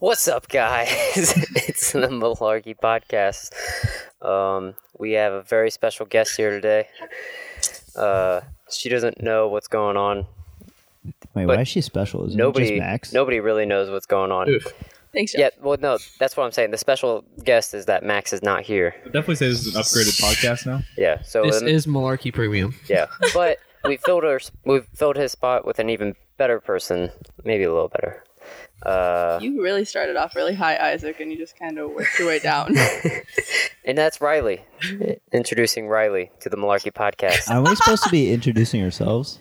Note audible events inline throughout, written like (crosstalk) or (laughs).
What's up, guys? (laughs) it's the Malarkey Podcast. Um, we have a very special guest here today. Uh, she doesn't know what's going on. Wait, But why is she special? Isn't it Nobody, just Max? nobody really knows what's going on. Oof. Thanks, Josh. Yeah, well, no, that's what I'm saying. The special guest is that Max is not here. Definitely say this is an upgraded podcast now. Yeah, so This then- is Malarkey Premium. yeah, but we filled her, we filled his spot with an even better person, maybe a little better. Uh, You really started off really high, Isaac, and you just kind of worked your way down. and that's Riley, introducing Riley to the Malarkey Podcast. Are we supposed to be introducing ourselves?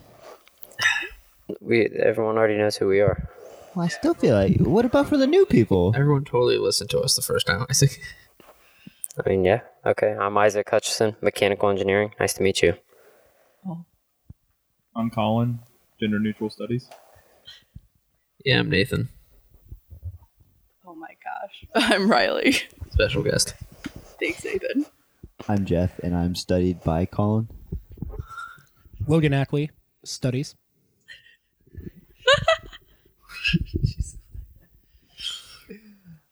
We everyone already knows who we are. Well, I still feel like. What about for the new people? Everyone totally listened to us the first time. I think (laughs) I mean, yeah. Okay. I'm Isaac Hutchison, mechanical engineering. Nice to meet you. (laughs) I'm Colin, gender neutral studies. yeah, I'm Nathan, oh my gosh. (laughs) I'm Riley. special guest. Thanks, Nathan. I'm Jeff, and I'm studied by Colin. Logan Ackley studies.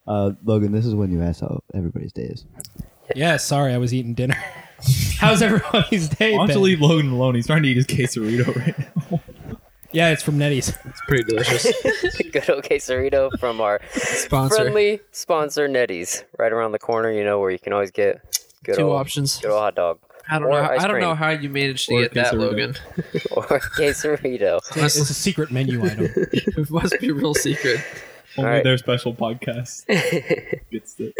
Uh, Logan, this is when you ask how everybody's day is. Yeah, sorry, I was eating dinner. (laughs) How's everybody's day? Why don't you been? leave Logan alone? He's trying to eat his quesarito right (laughs) now. Yeah, it's from Nettie's. (laughs) It's pretty delicious. Good old quesarito from our Sponsor. friendly sponsor Nettie's, right around the corner. You know where you can always get good Two old, options. Good old hot dog. (laughs) I don't or know. How, ice I don't know cream, how you managed to Or get that, quesarito. Logan. Or (laughs) quesarito. It's (laughs) a secret menu (laughs) item. it must be a real secret. Only right. their special (laughs) podcast gets it.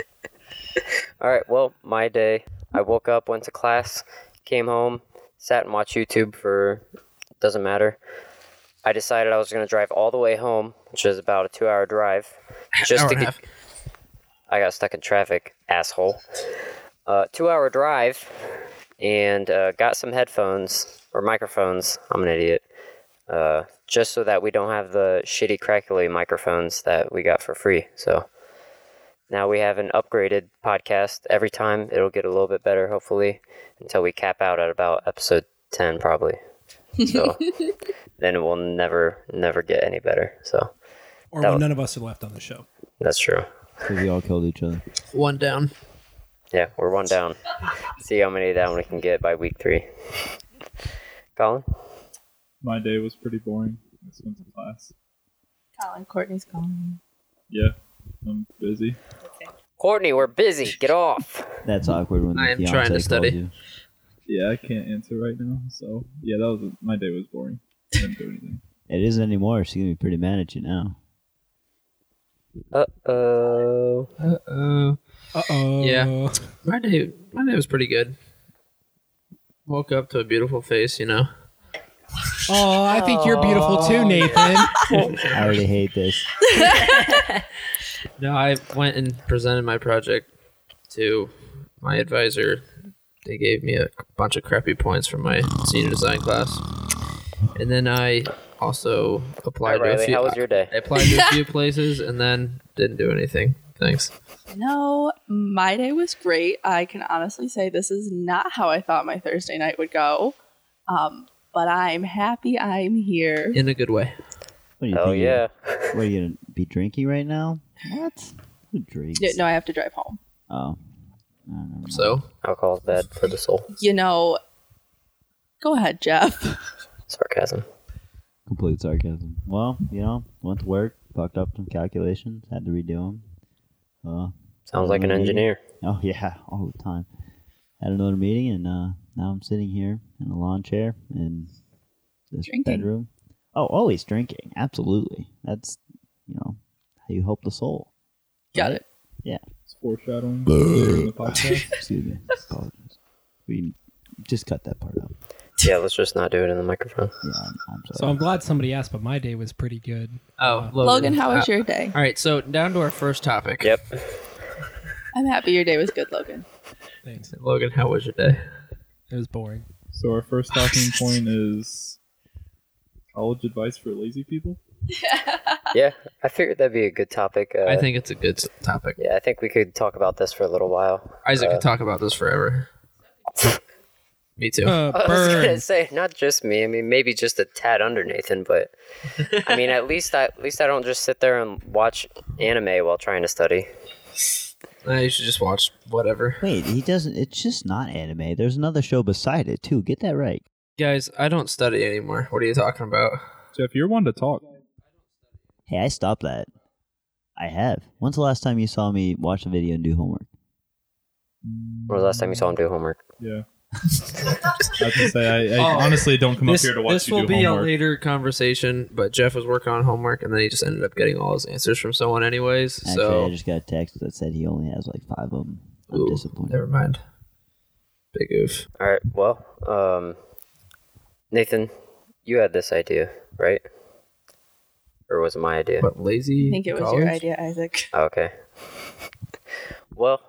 All right. Well, my day. I woke up, went to class, came home, sat and watched YouTube for doesn't matter. I decided I was going to drive all the way home, which is about a two-hour drive, (laughs) just Hour to and a get half. I got stuck in traffic, asshole. Uh, two hour drive and uh, got some headphones or microphones. I'm an idiot. Uh, just so that we don't have the shitty crackly microphones that we got for free. So now we have an upgraded podcast every time. It'll get a little bit better, hopefully, until we cap out at about episode 10, probably. So then it will never, never get any better. So Or That when was- none of us are left on the show. that's true. Because we all killed each other. One down. Yeah, we're one down. See how many down we can get by week three. Colin? My day was pretty boring. I just went to class. Colin Courtney's calling. Yeah, I'm busy. Courtney, we're busy. Get off. That's awkward when I the am fiance trying to calls study. you. Yeah, I can't answer right now. So yeah, that was my day was boring. I didn't do anything. It isn't anymore. She's gonna be pretty mad at you now. Uh oh. Uh oh. Uh oh. Yeah. My day. My day was pretty good. Woke up to a beautiful face. You know. Oh, I think you're beautiful (laughs) too, Nathan. (laughs) I already hate this. No, I went and presented my project to my advisor. They gave me a bunch of crappy points from my senior design class, and then I also Hi, applied to Riley. a few. How was your day? I applied to a (laughs) few places and then didn't do anything. Thanks. No, my day was great. I can honestly say this is not how I thought my Thursday night would go. Um, but I'm happy I'm here. In a good way. What are you Hell thinking? Oh, yeah. What are you gonna be drinking right now? What? Who drinks? Yeah, No, I have to drive home. Oh. I don't know. So Alcohol's bad for the soul. You know, go ahead, Jeff. Sarcasm. Complete sarcasm. Well, you know, went to work, fucked up some calculations, had to redo them. Uh, Sounds like an engineer. oh (laughs) yeah, all the time. Had another meeting, and uh, now I'm sitting here in a lawn chair in this Drinking. bedroom. Oh, always drinking. Absolutely. That's you know how you help the soul. Got it. It's foreshadowing. during the podcast. Excuse me. Apologies. We just cut that part out. Yeah, let's just not do it in the microphone. Yeah, I'm, I'm sorry. So I'm glad somebody asked, but my day was pretty good. oh Logan, Logan, how was Uh, your day? all right, so down to our first topic. Yep. I'm happy your day was good, Logan. Thanks. Logan, how was your day? It was boring. so our (laughs) first talking point is college advice for lazy people. Yeah, I figured that'd be a good topic. Uh, I think it's a good s- topic. Yeah, I think we could talk about this for a little while. Isaac Uh, (laughs) could talk about this forever. Me too. Uh, I was gonna burn. say not just me. I mean, maybe just a tad under Nathan, but I mean, (laughs) at least I at least I don't just sit there and watch anime while trying to study. Uh, you should just watch whatever. Wait, he doesn't. It's just not anime. There's another show beside it too. Get that right. Guys, I don't study anymore. What are you talking about? Jeff, you're one to talk. Hey, I stopped that. I have. When's the last time you saw me watch a video and do homework? When was the last time you saw him do homework? Yeah. I have to say, I, I Oh. honestly don't come this up here to watch this you will do be homework. a later conversation, but Jeff was working on homework and then he just ended up getting all his answers from someone, anyways. Actually, I so, just got a text that said he only has like five of them. I'm Ooh, disappointed. never mind. Big oof. All right. Well, um, Nathan, you had this idea, right? Or was it my idea? Oh, What, lazy? I think it was college? your idea, Isaac. Okay. (laughs) well,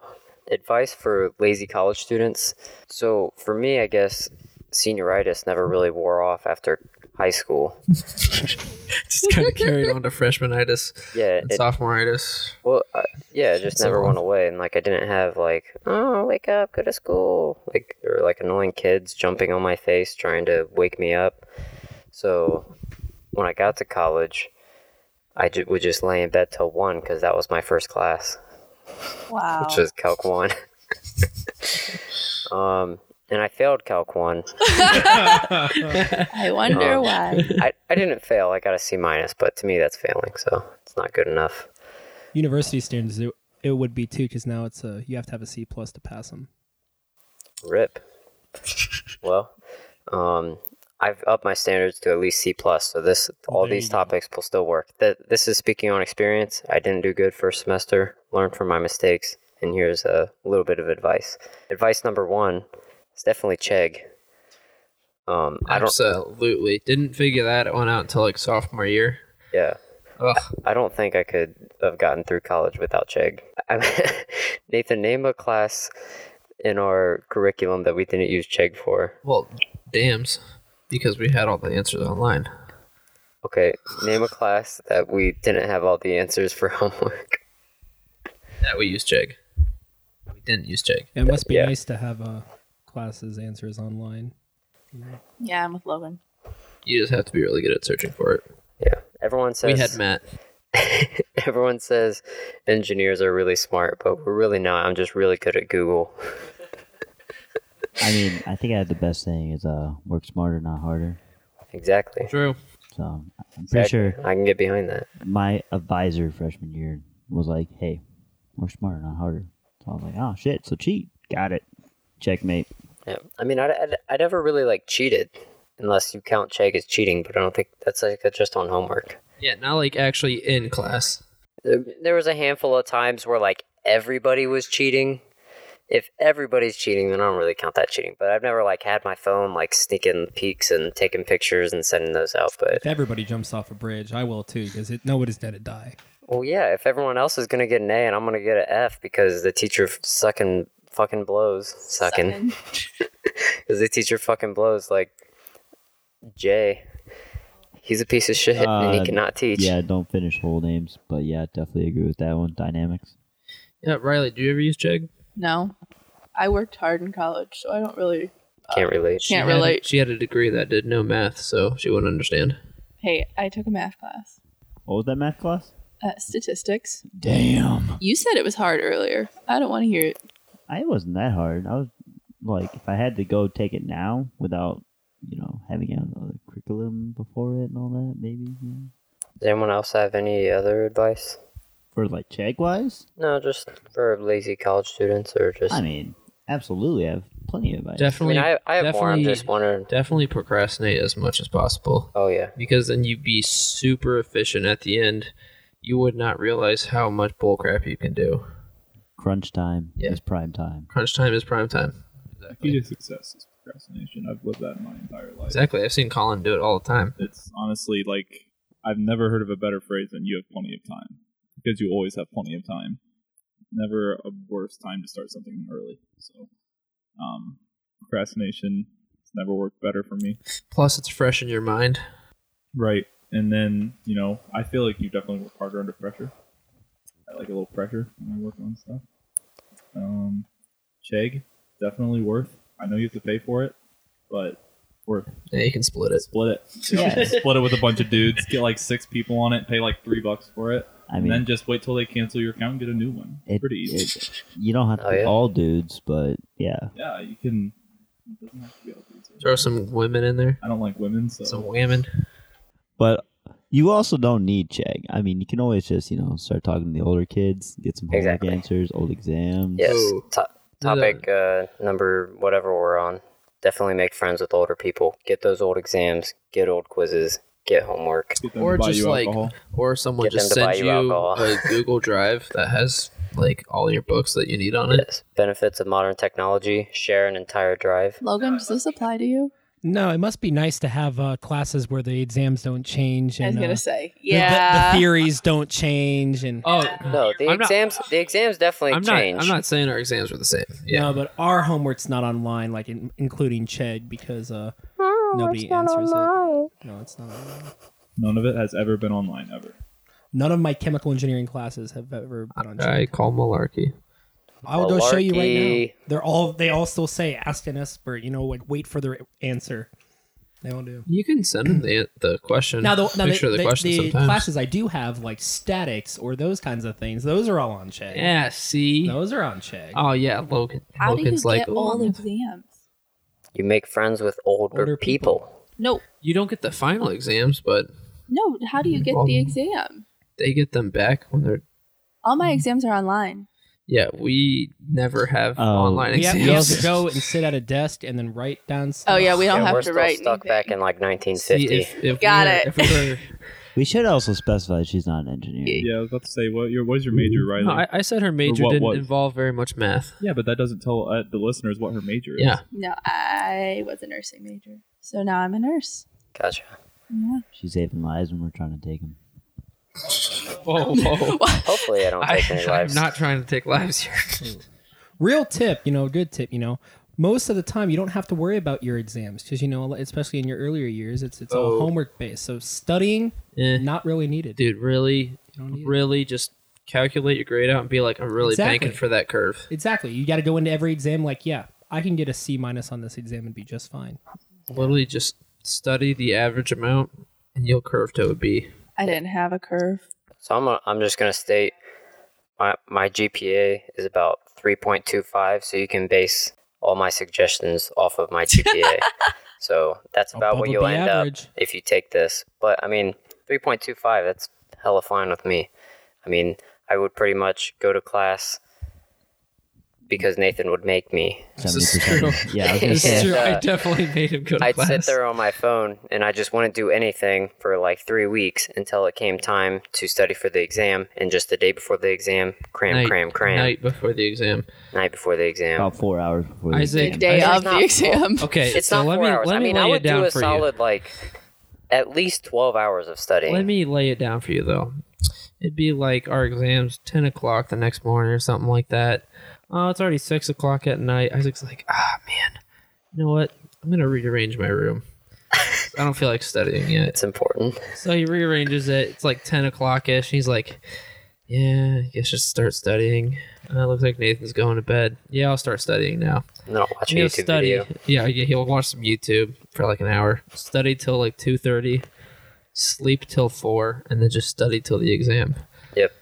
advice for lazy college students. So for me, I guess senioritis never really wore off after high school. (laughs) just kind of carried on to freshmanitis Yeah, and it, sophomoritis. well, uh, yeah, it just It's never a- went away, and like I didn't have like, oh, wake up, go to school, like there were like annoying kids jumping on my face trying to wake me up. So when I got to college, I ju- would just lay in bed till one because that was my first class. Wow. which was Calc 1. (laughs) um, and I failed Calc 1. I wonder Oh. (laughs) why. I, I didn't fail. I got a C minus, but to me that's failing, so it's not good enough. University standards, it, it would be too, because now it's a you have to have a C plus to pass them. Rip. well, um, I've upped my standards to at least C plus, so this all There these you go. topics will still work. Th- this is speaking on experience. I didn't do good first semester. Learned from my mistakes, and here's a little bit of advice. Advice number one is definitely Chegg. Um, I don't. Absolutely. Didn't figure that one out until like sophomore year. Yeah. Ugh. I don't think I could have gotten through college without Chegg. (laughs) I- Nathan, name a class in our curriculum that we didn't use Chegg for. Well, dams, because we had all the answers online. Okay, name a class that we didn't have all the answers for (laughs) homework. That we used Chegg. We didn't use Chegg. It must be yeah. nice to have uh, classes answers online. Yeah, I'm with Logan. You just have to be really good at searching for it. Yeah, everyone says We had Matt. (laughs) everyone says engineers are really smart, but we're really not. I'm just really good at Google. I mean, I think I had the best saying is uh, work smarter, not harder. Exactly. True. So I'm pretty sure I can get behind that. my advisor freshman year was like, "Hey, work smarter, not harder." So I was like, "Oh shit, so cheat, got it, checkmate." Yeah. I mean, I I I never really like cheated unless you count Chegg as cheating, but I don't think that's like just on homework. Yeah, not like actually in class. there Um, there was a handful of times where like everybody was cheating. If everybody's cheating, then I don't really count that cheating. But I've never like had my phone like sneaking peeks and taking pictures and sending those out. But If everybody jumps off a bridge, I will too, because nobody's gonna die. well, yeah, if everyone else is gonna get an A and I'm gonna get an F because the teacher f- sucking fucking blows, sucking Second. because the teacher fucking blows like Jay. He's a piece of shit and he Uh, cannot teach. Yeah, don't finish whole names, but yeah, definitely agree with that one. Dynamics. Yeah, Riley, do you ever use Chegg? No. I worked hard in college, so I don't really. Can't relate. She Can't had a- relate. she had a degree that did no math, so she wouldn't understand. Hey, I took a math class. What was that math class? Uh, statistics. Damn, You said it was hard earlier. I don't want to hear it. I wasn't that hard. I was like, if I had to go take it now without, you know, having another curriculum before it and all that, maybe you know. Does anyone else have any other advice? for like check wise. No, just for lazy college students or just. I mean, absolutely, I have plenty of advice. I Definitely, mean, I, I have more. I'm definitely- just wondering. definitely procrastinate as much as possible. Oh yeah, because then you'd be super efficient at the end. You would not realize how much bullcrap you can do. Crunch time Yeah. is prime time. Crunch time is prime time. The key to success is procrastination. I've lived that my entire life. Exactly. I've seen Colin do it all the time. It's honestly like I've never heard of a better phrase than "you have plenty of time" because you always have plenty of time. Never a worse time to start something than early. So, um, procrastination has never worked better for me. Plus, it's fresh in your mind. Right. And then, you know, I feel like you definitely work harder under pressure. I like a little pressure when I work on stuff. Um, Chegg, definitely worth. I know you have to pay for it, but we're Yeah, you can split it. split it. Yeah. (laughs) split it with a bunch of dudes. Get like six people on it. Pay like three bucks for it. I and then mean, just wait till they cancel your account and get a new one. it, Pretty easy. it- you don't have to Oh, be yeah? all dudes, but yeah. yeah, you can. It doesn't have to be all dudes. Throw some women in there. I don't like women, so Some women. But you also don't need check. I mean, you can always just you know start talking to the older kids, get some homework Exactly. answers, old exams. Yes. So- to- topic uh, number whatever we're on. Definitely make friends with older people. Get those old exams. Get old quizzes. Get homework. get them to Or buy just you like, alcohol. or someone Get just them to buy sends you you alcohol. (laughs) a Google Drive that has like all your books that you need on it. Yes. Benefits of modern technology. Share an entire drive. Logan, does this apply to you? No, it must be nice to have uh, classes where the exams don't change I and was uh, gonna say, the- the- yeah. the, theories don't change. And (laughs) Oh (laughs) No, the I'm not- exams. the exams definitely I'm not. change. I'm not saying our exams were the same. Yeah, no, but our homework's not online, like in, including Ched, because uh, nobody answers it. No, it's not. Online. None of it has ever been online ever. None of my chemical engineering classes have ever been on. I Ched. call malarkey. I will go show you right Malarkey. now. They're all. They all still say ask an expert. You know, like wait for their answer. They don't do. You can send them the, the question. Now the, now the, picture of the, the- question the sometimes. classes I do have, like statics or those kinds of things, those are all on check. Yeah. See. Those are on check. Oh yeah, Logan. How do you Logan's get like, "Oh, all exams? You make friends with older, Older people. people. No, you don't get the final exams, but no. How do you get Well- the exam? they get them back when they're. All my exams are online. Yeah, we never have Oh. online We have, exams. we have (laughs) to go and sit at a desk and then write down stuff. Oh yeah, we don't yeah, have we're to still write. stuck anything. back in like See, 1950. if, if Got we were- it. If we were, (laughs) We should also specify she's not an engineer. Yeah, I was about to say what your what's your major, Riley? No, I, I said her major what didn't was? involve very much math. yeah, but that doesn't tell uh, the listeners what her major is. Yeah, No, I was a nursing major, so now I'm a nurse. gotcha. (laughs) Yeah. She's saving lives when we're trying to take them. (laughs) Whoa, whoa. Hopefully, I don't Oh. (laughs) I, take any I'm lives. not trying to take lives (laughs) here. Real tip, you know, good tip, you know. Most of the time, you don't have to worry about your exams because you know, especially in your earlier years, it's it's all Oh. homework based. So studying, Eh, not really needed. Dude, really, You don't need it. really just calculate your grade out and be like, I'm really Exactly. banking for that curve. Exactly. You got to go into every exam like, yeah, I can get a C minus on this exam and be just fine. Literally just study the average amount and you'll curve to (laughs) a B. I didn't have a curve. So I'm, gonna- I'm just going to state my, my GPA is about 3.25, so you can base all my suggestions off of my GPA. so that's about Above what you'll the end average. up if you take this. But I mean, 3.25, that's hella fine with me. I mean, I would pretty much go to class because Nathan would make me. This Seventy is percent. true. Yeah, I (laughs) was gonna This is (laughs) say. true. I uh, definitely made him go to I'd class. sit there on my phone and I just wouldn't do anything for like three weeks until it came time to study for the exam. And just the day before the exam, cram, night, cram, cram. night before the exam. night before the exam. About four hours before the Isaac- exam. Day It's of not- the exam. (laughs) Okay, it's so not let four me hours. let I me mean, lay I it would down do a for solid like at least twelve hours of you. studying. Let me lay it down for you though. It'd be like our exams ten o'clock the next morning or something like that. Oh, it's already six o'clock at night. Isaac's like, ah man, you know what? I'm gonna rearrange my room. I don't feel like studying (laughs) yet. it's important. So he rearranges it. It's like ten o'clock ish. He's like, yeah, I guess just start studying. Uh, looks like Nathan's going to bed. Yeah, I'll start studying now. And then I'll watch a he'll YouTube study. video. Yeah, yeah, he'll watch some YouTube for like an hour. Study till like two thirty, sleep till four, and then just study till the exam. Yep,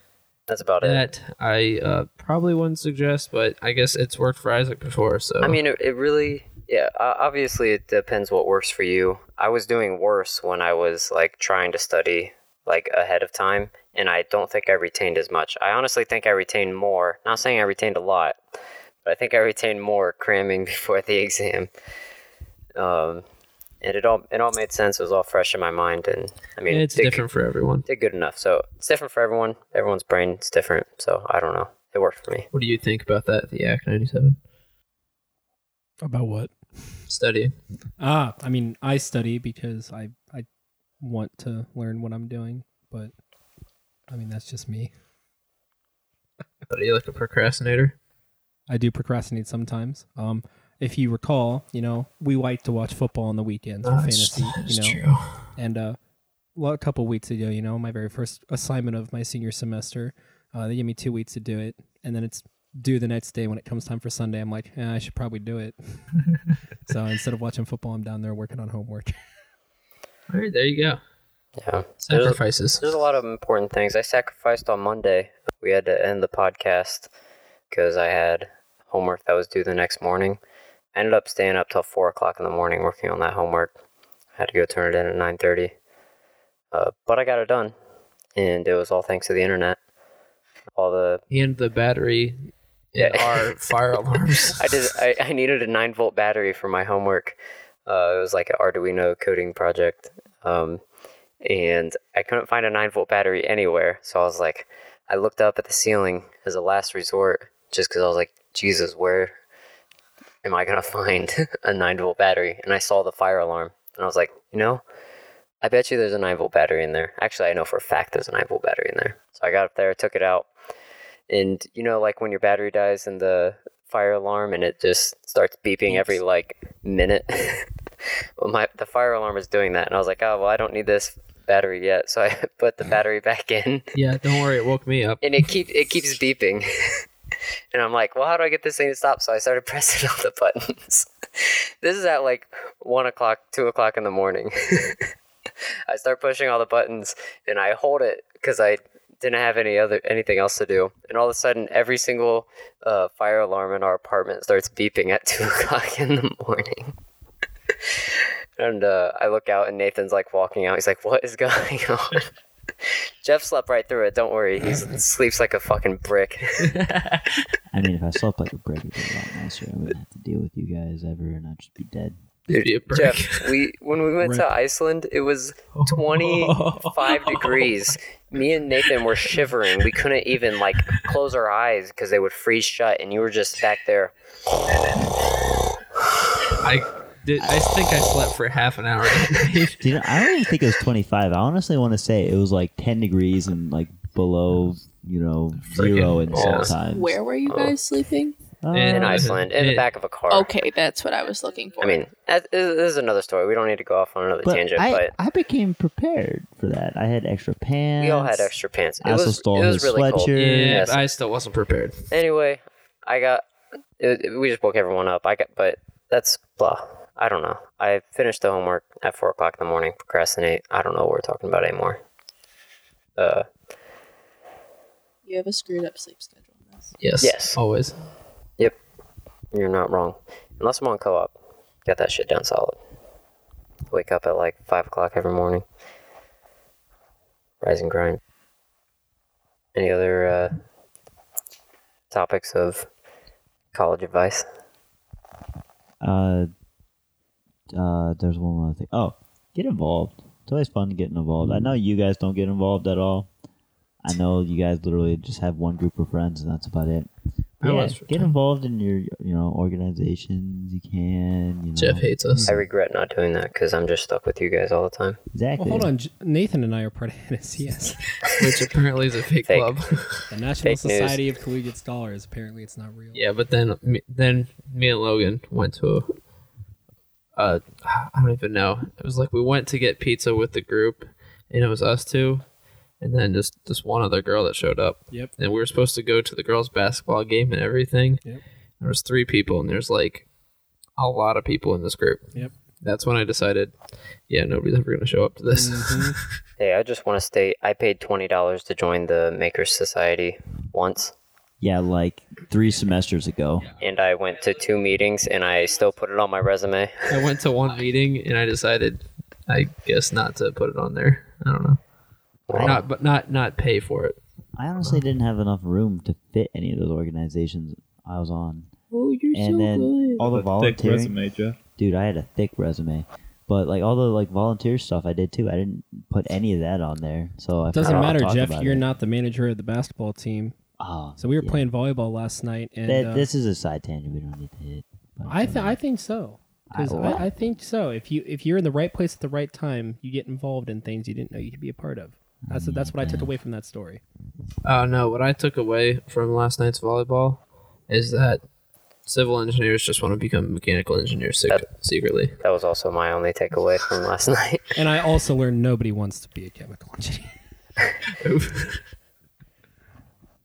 that's about it. That I uh, probably wouldn't suggest, but I guess it's worked for Isaac before. So I mean, it, it really. Yeah, o- obviously it depends what works for you. I was doing worse when I was like trying to study like ahead of time, and I don't think I retained as much. I honestly think I retained more. Not saying I retained a lot, but I think I retained more cramming (laughs) before the exam. Um, and it all it all made sense. It was all fresh in my mind, and I mean, it's did- different for everyone. did good enough. So it's different for everyone. Everyone's brain's different. So I don't know. It worked for me. What do you think about that? The Act ninety seven About what? studying. Ah, I mean, I study because I I want to learn what I'm doing, but I mean that's just me. But are you like a procrastinator? I do procrastinate sometimes. Um, if you recall, you know, we like to watch football on the weekends for fantasy, you know. true. And uh, well, a couple weeks ago, you know, my very first assignment of my senior semester, uh, they gave me two weeks to do it, and then it's do the next day when it comes time for Sunday. I'm like, eh, I should probably (laughs) do it. so instead of watching football, I'm down there working on homework. All right, there you go. Yeah. There's, Sacrifices. there's a lot of important things. I sacrificed on Monday. We had to end the podcast because I had homework that was due the next morning. I ended up staying up till four o'clock in the morning working on that homework. I had to go turn it in at nine thirty. Uh, but I got it done, and it was all thanks to the internet. All the And the battery in Yeah. our (laughs) fire alarms. I did. I, I needed a nine volt battery for my homework. Uh, it was like an Arduino coding project, um, and I couldn't find a nine volt battery anywhere. So I was like, I looked up at the ceiling as a last resort, just because I was like, Jesus, where am I gonna (laughs) find a nine volt battery? And I saw the fire alarm, and I was like, you know, I bet you there's a nine volt battery in there. Actually, I know for a fact there's a nine volt battery in there. So I got up there, took it out, and you know, like when your battery dies in the fire alarm and it just starts beeping every like minute. (laughs) well, my the fire alarm was doing that, and I was like, oh well, I don't need this battery yet, so I (laughs) put the battery back in, yeah, don't worry, it woke me up. and it keep it keeps beeping. (laughs) And I'm like, well, how do I get this thing to stop? So I started (laughs) pressing all the buttons. (laughs) this is at like one o'clock, two o'clock in the morning. (laughs) I start pushing all the buttons, and I hold it because I didn't have any other anything else to do. And all of a sudden, every single uh, fire alarm in our apartment starts beeping at (laughs) two o'clock in the morning. (laughs) and uh, I look out, and Nathan's like walking out. He's like, "What is (laughs) going on?" Jeff slept right through it. Don't worry, (laughs) he sleeps like a fucking brick. I mean, if I slept like a brick, it'd be a lot nicer. I wouldn't have to deal with you guys ever, and I'd just be dead. It'd be a brick. Jeff, we when we went to Iceland, it was (laughs) (laughs) 25 degrees. Me and Nathan were shivering. We couldn't even like close our eyes because they would freeze shut, and you were just back there. I did. I think I slept for half an (laughs) hour. Dude, I don't even think it was 25. I honestly want to say it was like 10 degrees and like below, you know, zero Freaking in balls. sometimes. Where were Oh. you guys sleeping? Uh, In Yeah. Iceland, in the Yeah. back of a car. Okay, that's what I was looking for. I mean, that, this is another story. We don't need to go off on another but tangent, I, but I became prepared for that. I had extra pants. we all had extra pants. It I also was, stole it was his really cold. sweatshirt. yeah, Yes. but I still wasn't prepared. Anyway, I got. It, it- we just woke everyone up. I got, but that's blah. I don't know. I finished the homework at four o'clock in the morning. Procrastinate. I don't know what we're talking about anymore. Uh, you have a screwed up sleep schedule. Yes. Yes. Always. yep, you're not wrong. Unless I'm on co-op, got that shit down solid. Wake up at like five o'clock every morning. Rise and grind. Any other uh, topics of college advice? Uh, uh, there's one more thing. Oh, get involved. It's always fun getting involved. Mm. I know you guys don't get involved at all. I know you guys literally just have one group of friends, and that's about it. I Oh, yeah, was for get involved in your you know organizations you can. You know, Jeff hates us. I regret not doing that because I'm just stuck with you guys all the time. exactly. Well, hold on. J- Nathan and I are part of (laughs) NSCS, which apparently is a fake, Fake. club. (laughs) the National Fake news. Society of Collegiate Scholars. Apparently, it's not real. yeah, but then me- then me and Logan went to a, uh, I don't even know. It was like we went to get pizza with the group, and it was us two, and then just this one other girl that showed up. Yep. And we were supposed to go to the girls' basketball game and everything. Yep. There was three people, and there's like a lot of people in this group. Yep. That's when I decided, yeah, nobody's ever gonna show up to this. Mhm. Hey, I just want to state I paid twenty dollars to join the Makers Society once, Yeah, like three semesters ago. and I went to two meetings, and I still put it on my resume. (laughs) I went to one meeting and I decided, I guess not to put it on there. I don't know. Or Not, but not not pay for it. I honestly didn't have enough room to fit any of those organizations I was on, Oh, you're and then (laughs) all the A thick volunteering. resume, Jeff. dude i had a thick resume but like all the like volunteer stuff i did too i didn't put any of that on there so I Doesn't forgot to matter, talk Jeff. about You're it. not the manager of the basketball team. oh, So we were yeah. playing volleyball last night, and That- uh, this is a side tangent we don't need to hit but, I th- uh, I think so. 'Cause I- I, I, think so. If you if you're in the right place at the right time, you get involved in things you didn't know you could be a part of. That's Mm, that's what I took away from that story. Uh, no, what I took away from last night's volleyball is that civil engineers just want to become mechanical engineers sec- secretly. (laughs) That was also my only takeaway from last (laughs) night. And I also learned nobody wants to be a chemical engineer.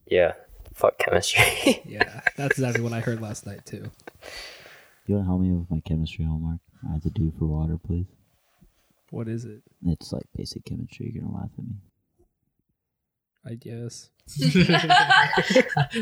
Yeah, fuck chemistry. (laughs) (laughs) Yeah, that's exactly what I heard last night too. You want to help me with my chemistry homework? I have to do for water, please. What is it? It's like basic chemistry. You're gonna laugh at me. I guess.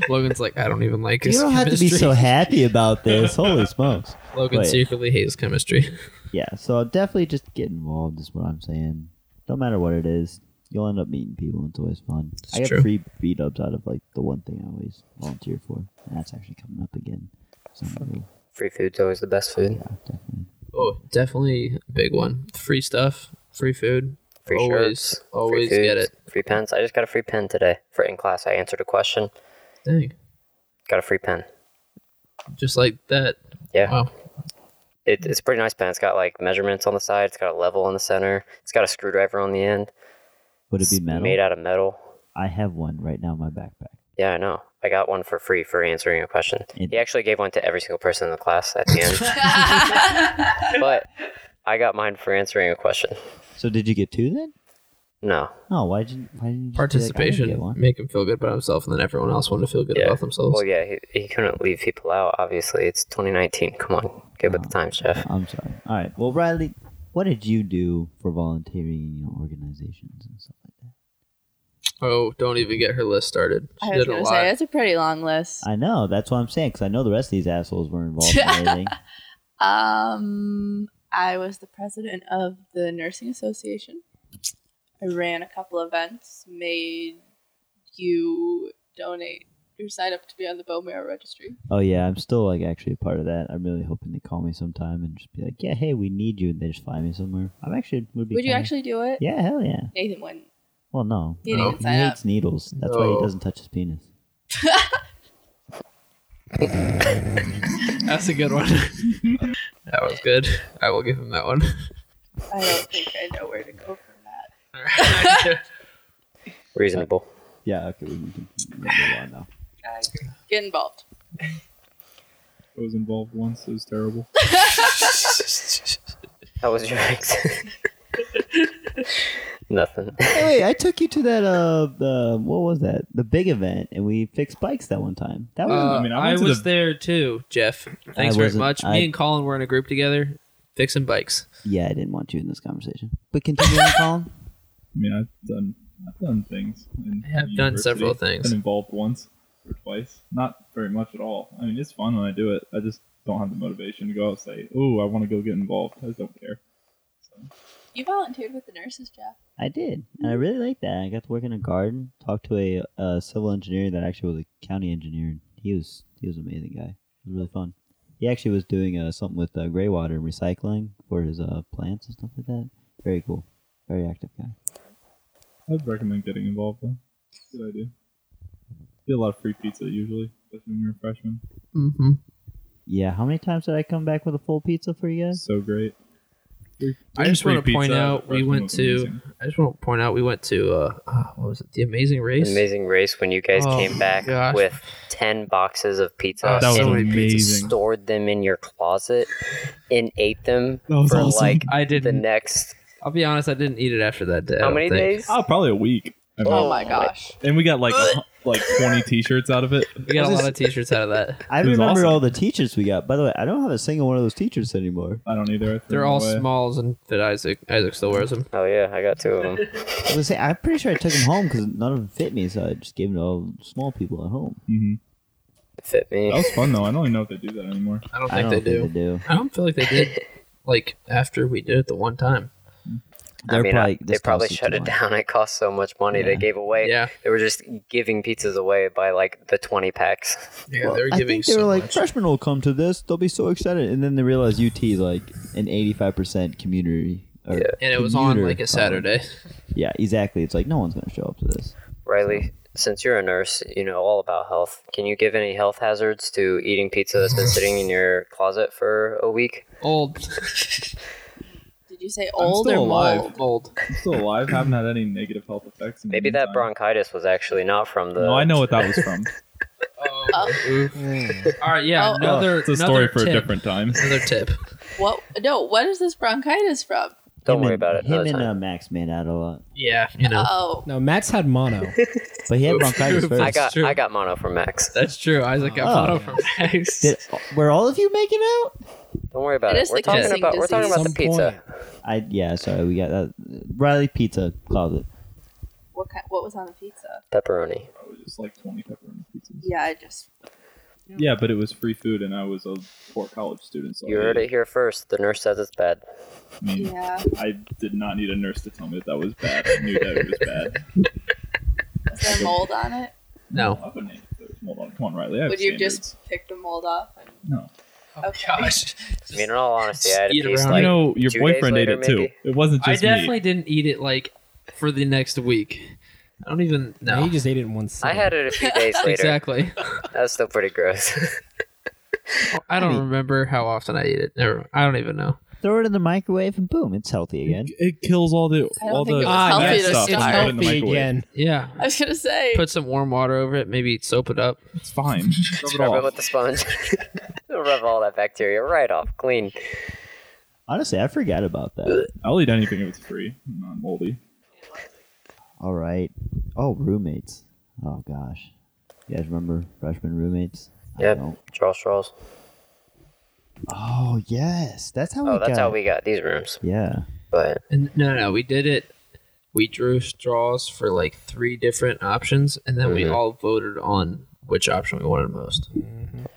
Logan's like, I don't even like You his don't have to be chemistry." so happy about this. (laughs) Holy smokes! Logan Wait. secretly hates chemistry. Yeah, so definitely just get involved is what I'm saying. Don't matter what it is, you'll end up meeting people. and It's always fun. I got true. free beat ups out of like the one thing I always volunteer for. And that's actually coming up again. So I'm really- Free food's always the best yeah, food. definitely. Oh, definitely a big one. Free stuff, free food. Free always, shirts. always free get foods, it. Free pens. I just got a free pen today. For in class, I answered a question. Dang, Got a free pen. just like that. Yeah, Wow, it, it's a pretty nice pen. It's got like measurements on the side. It's got a level in the center. It's got a screwdriver on the end. Would it be It's metal? Made out of metal. I have one right now in my backpack. Yeah, I know. I got one for free for answering a question. It- He actually gave one to every single person in the class at the (laughs) end. but I got mine for answering a question. So did you get two then? No. No, why didn't why didn't you just be like, I didn't participation get one? make him feel good about himself, and then everyone else wanted to feel good Yeah. about themselves. Well, yeah, he, he couldn't leave people out, obviously. It's 2019. Come on. Get with the times, Jeff. Oh, I'm sorry. All right. Well, Riley, what did you do for volunteering in your organizations and stuff like that? Oh, don't even get her list started. She I was did a gonna lot. say it's a pretty long list. I know. That's what I'm saying because I know the rest of these assholes were involved in everything. Um, I was the president of the nursing association. I ran a couple events, made you donate or sign up to be on the bone marrow registry. Oh yeah, I'm still like actually a part of that. I'm really hoping they call me sometime and just be like, yeah, hey, we need you, and they just fly me somewhere. I'm actually would be. Would you kinda- actually do it? Yeah, hell yeah. Nathan wouldn't. Well, no, He didn't No. even he sign up. hates needles. That's why No. he doesn't touch his penis. That's a (laughs) good one. that was good. I will give him that one. I don't think I know where to go from that. Reasonable. Yeah, okay, we can we can move on now. I agree. Get involved. I was involved once. It was terrible. How was your ex? (laughs) Nothing. (laughs) Hey, wait, I took you to that uh, the what was that? The big event, and we fixed bikes that one time. That was I I, mean, I Uh, I went to was the- there too, Jeff. Thanks very wasn't- much. I- Me and Colin were in a group together, fixing bikes. yeah. I didn't want you in this conversation, but continue on, Colin. I mean, I've done I've done things. In I have done university. several things. Been involved once or twice. Not very much at all. I mean, it's fun when I do it. I just don't have the motivation to go out and say, "Oh, I want to go get involved." I just don't care. You volunteered with the nurses, Jeff. I did, and I Mm. really liked that. I got to work in a garden, talk to a, uh civil engineer that actually was a county engineer. and He was he was an amazing guy. It was really fun. He actually was doing uh, something with uh, gray water and recycling for his uh, plants and stuff like that. Very cool, very active guy. I'd recommend getting involved though. Good idea. Get a lot of free pizza usually, especially when you're a freshman. Mm-hmm. Yeah, how many times did I come back with a full pizza for you guys? So great. I just Free want to point pizza, out we freshman went was to. amazing. I just want to point out we went to. Uh, uh, what was it? The Amazing Race. Amazing race when you guys Oh, came back gosh. with 10 boxes of pizza Oh, that was and amazing. stored them in your closet and ate them That was for awesome. like I the didn't. next I'll be honest. I didn't eat it after that day. I how don't many think. days? Oh, probably a week. I mean, Oh my gosh. And we (laughs) got like a, like 20 t-shirts out of it. We got a lot of T-shirts out of that. (laughs) I It was remember awesome. all the t-shirts we got. By the way, I don't have a single one of those t-shirts anymore. I don't either. I threw They're them all away. smalls and fit Isaac. Isaac still wears them. Oh yeah, I got two of them. I was gonna say, I'm pretty sure I took them home because none of them fit me, so I just gave them to all the small people at home. Mhm. Fit me. That was fun though. I don't even know if they do that anymore. I don't I think don't they think do. they do. I don't feel like (laughs) they did. Like after we did it the one time. I They're mean, I- probably- they this probably costs you shut too it much. down. It cost so much money. They Yeah. gave away. Yeah. They were just giving pizzas away by like the 20 packs. (laughs) Yeah, Well, they were I giving think they so were like, much. freshmen will come to this. They'll be so excited. And then they realize UT is like an 85% community. Or yeah. and it was on like a Saturday. Yeah, exactly. It's like no one's going to show up to this. Riley, since you're a nurse, you know all about health. Can you give any health hazards to eating pizza that's been sitting in (laughs) your closet for a week? Old, Did you say old still or alive. mold? (laughs) old. I'm still alive. haven't had any negative health effects. in the Mm-hmm. Maybe that meantime. bronchitis was actually not from the. No, I know what that was from. Ooh. Mm. All right, yeah. Oh. (laughs) Another it's a another story for a tip. different time. Another tip. What? No. What is this bronchitis from? Don't Him worry and- about it. Him Another and uh, time. Max made out a lot, Yeah, you know. Oh, No, Max (laughs) had mono. but he had (laughs) Oof. bronchitis I first. I got true. I got mono from Max. (laughs) That's true. Isaac got Ah. Oh. photo from Max. Did, were all of you making out? Don't worry about It it. is We're the talking kissing about we're talking disease. about the Some pizza. I yeah. Sorry, we got that. Riley Pizza Closet. what kind, What was on the pizza? Pepperoni. Probably just like 20 pepperoni pizzas. Yeah, I just Yeah, but it was free food, and I was a poor college student, so You I, heard it here first. The nurse says it's bad. I mean, (laughs) yeah. I did not need a nurse to tell me that that was bad. I knew that it was (laughs) bad. Was there mold on it? no. I wouldn't eat if there was mold on it. Come on, Riley. I have Would you standards. just pick the mold off? And... No. Oh gosh. I mean, in all honesty, I had a Eat piece around. like you know, your two days boyfriend later, ate it too. maybe? It wasn't I just definitely me. didn't eat it like for the next week. I don't even No, know. he just ate it in one sitting. I had it a few (laughs) days later. Exactly. That was still pretty (laughs) gross. I don't remember how often I eat it. Never, I don't even know. Throw it in the microwave and boom, it's healthy again. It kills all the I don't all think the it was Ah, healthy bad to stuff. when you start. put it in the healthy microwave. again. Yeah. I was gonna say. Put some warm water over it. Maybe soap it up. It's fine. Rub it Rub it off. with the sponge. (laughs) It'll rub all that bacteria right off, clean. Honestly, I forgot about that. I'll eat anything if it's free. I'm not moldy. All right. Oh, roommates. Oh gosh, you guys remember freshman roommates? I Yep. don't. Charles Charles. Oh yes, that's how Oh, we that's got. how we got these rooms. Yeah. But And no, no, we did it. We drew straws for like three different options, and then we Mm-hmm. Mhm. all voted on which option we wanted most.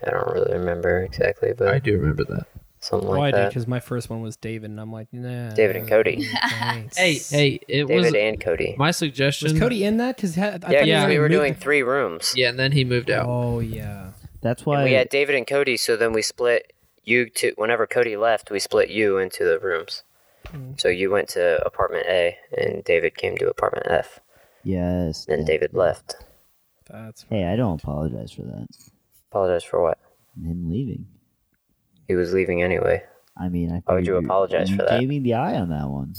I don't really remember exactly, but I do remember that. something oh, I like did that. because my first one was David, and I'm like, nah. David and Cody. (laughs) thanks. Hey, hey, it was David and Cody. my was suggestion. Cody in that? Because I thought Yeah, he yeah, was we were moved- doing three rooms. Yeah, and then he moved out. Oh yeah. That's And why. we had David and Cody, so then we split you two. Whenever Cody left, we split you into the rooms. Hmm. So you went to apartment A, and David came to apartment F. yes. Then Hmm. that- David left. That's Hey, I don't apologize for that. Apologize for what? Him leaving. He was leaving anyway. I mean, I. Why Oh, would you figured apologize you for that? Gave me the eye on that one.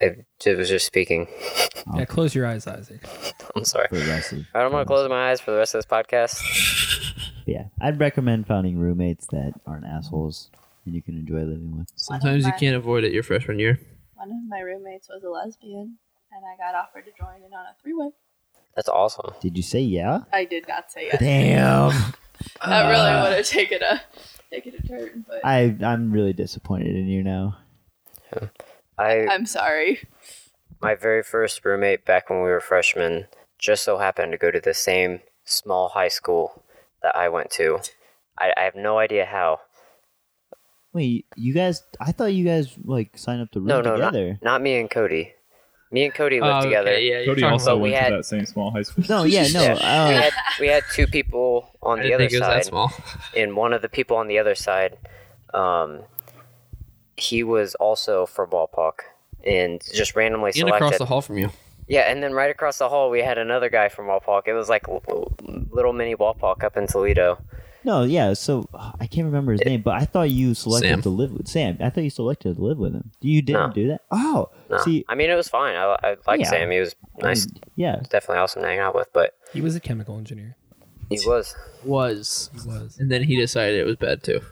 It, it was just speaking. (laughs) yeah. Close your eyes, Isaac. I'm sorry. For the rest of. All right, I'm gonna close my eyes for the rest of this podcast. Yeah, I'd recommend finding roommates that aren't assholes and you can enjoy living with. Sometimes you can't avoid it your freshman year. One of my roommates was a lesbian, and I got offered to join in on a three-way. That's awesome. Did you (laughs) say yeah? I did not say yes. (laughs) Damn. I Uh, really would have taken a taken a turn, but uh, I, I I'm really disappointed in you now. I am sorry. (laughs) my very first roommate back when we were freshmen just so happened to go to the same small high school that I went to. I, I have no idea how. Wait, you guys? I thought you guys like signed up to room No, no, not, together. not me and Cody. Me and Cody lived Oh, okay, together. yeah, you're Cody also talking also about- we went had- to that same small high school. No, yeah, no. Yeah. we, Uh, had, we had two people on I the didn't other think it was side, that (laughs) small. and one of the people on the other side, um, he was also from Walpock, and just randomly And selected. across the hall from you. Yeah, and then right across the hall, we had another guy from Walpock. It was like l- l- little mini Walpock up in Toledo. no, yeah. So uh, I can't remember his name, but I thought you selected Sam. to live with Sam. I thought you selected to live with him. You didn't No. do that. Oh, No. see, I mean, it was fine. I, I liked Yeah. Mm. Sam. He was nice. I- yeah. Definitely awesome to hang out with, but He was a chemical engineer. he was. Was. He was. And then he decided it was bad too.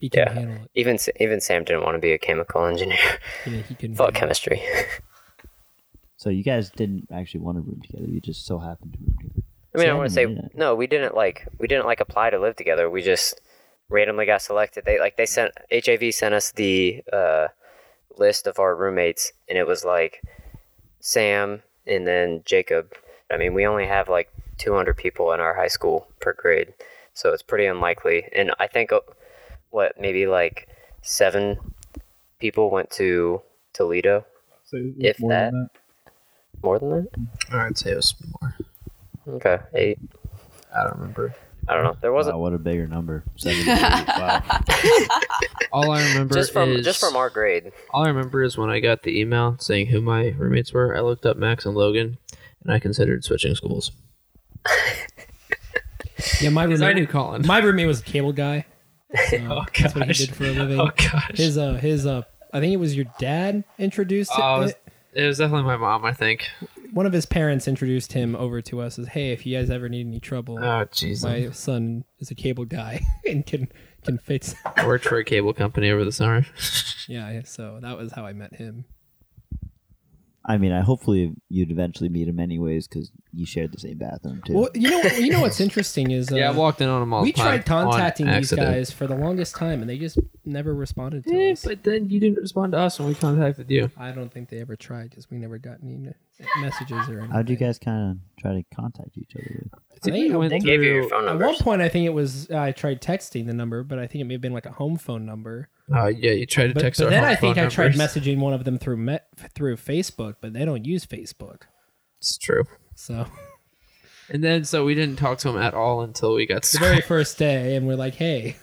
He couldn't Yeah. handle it. Even S- even Sam didn't want to be a chemical engineer. (laughs) Yeah, he couldn't. Fuck handle it. chemistry. So you guys didn't actually want to room together. You just so happened to room together. I mean, See, I I want to say didn't know that. no. We didn't like we didn't like apply to live together. We just randomly got selected. They like they sent HIV sent us the uh, list of our roommates, and it was like Sam and then Jacob. I mean, we only have like 200 people in our high school per grade, so it's pretty unlikely. And I think uh, what maybe like seven people went to Toledo. So it was If more that- than that. More than that? I'd say it was more. Okay, eight. I don't remember. I don't know. There wasn't Wow, what a bigger number. 78. wow. All I remember just from is just from our grade. all I remember is when I got the email saying who my roommates were. I looked up Max and Logan, and I considered switching schools. Yeah, my Because I roommate. knew Colin. My roommate was a (laughs) cable guy. So Oh, that's what gosh. he did for a living. oh gosh, His uh, his uh, I think it was your dad introduced Oh, it was- it. it was definitely my mom. I think. One of his parents introduced him over to us as, hey, if you guys ever need any trouble, Oh Jesus. my son is a cable guy (laughs) and can can fix. I worked for a cable company over the summer. Yeah, yeah, so that was how I met him. I mean, I hopefully you'd eventually meet him anyways because you shared the same bathroom too. Well, you know, you know what's interesting is (laughs) (laughs) uh, yeah, I walked in on them all. we the time tried contacting on these accident. guys for the longest time, and they just never responded to Yeah, us. but then you didn't respond to us when we contacted you. I don't think they ever tried because we never got any n- messages or anything. How'd you guys kind of try to contact each other? With? I think They- we went They gave you your through- phone At number. one point, I think it was I tried texting the number, but I think it may have been like a home phone number. Oh yeah, you tried to But, text but our then home I think phone I tried numbers. messaging one of them through me- through Facebook, but they don't use Facebook, It's true. so (laughs) And then so we didn't talk to him at all until we got the to very first day, and we're like, "Hey,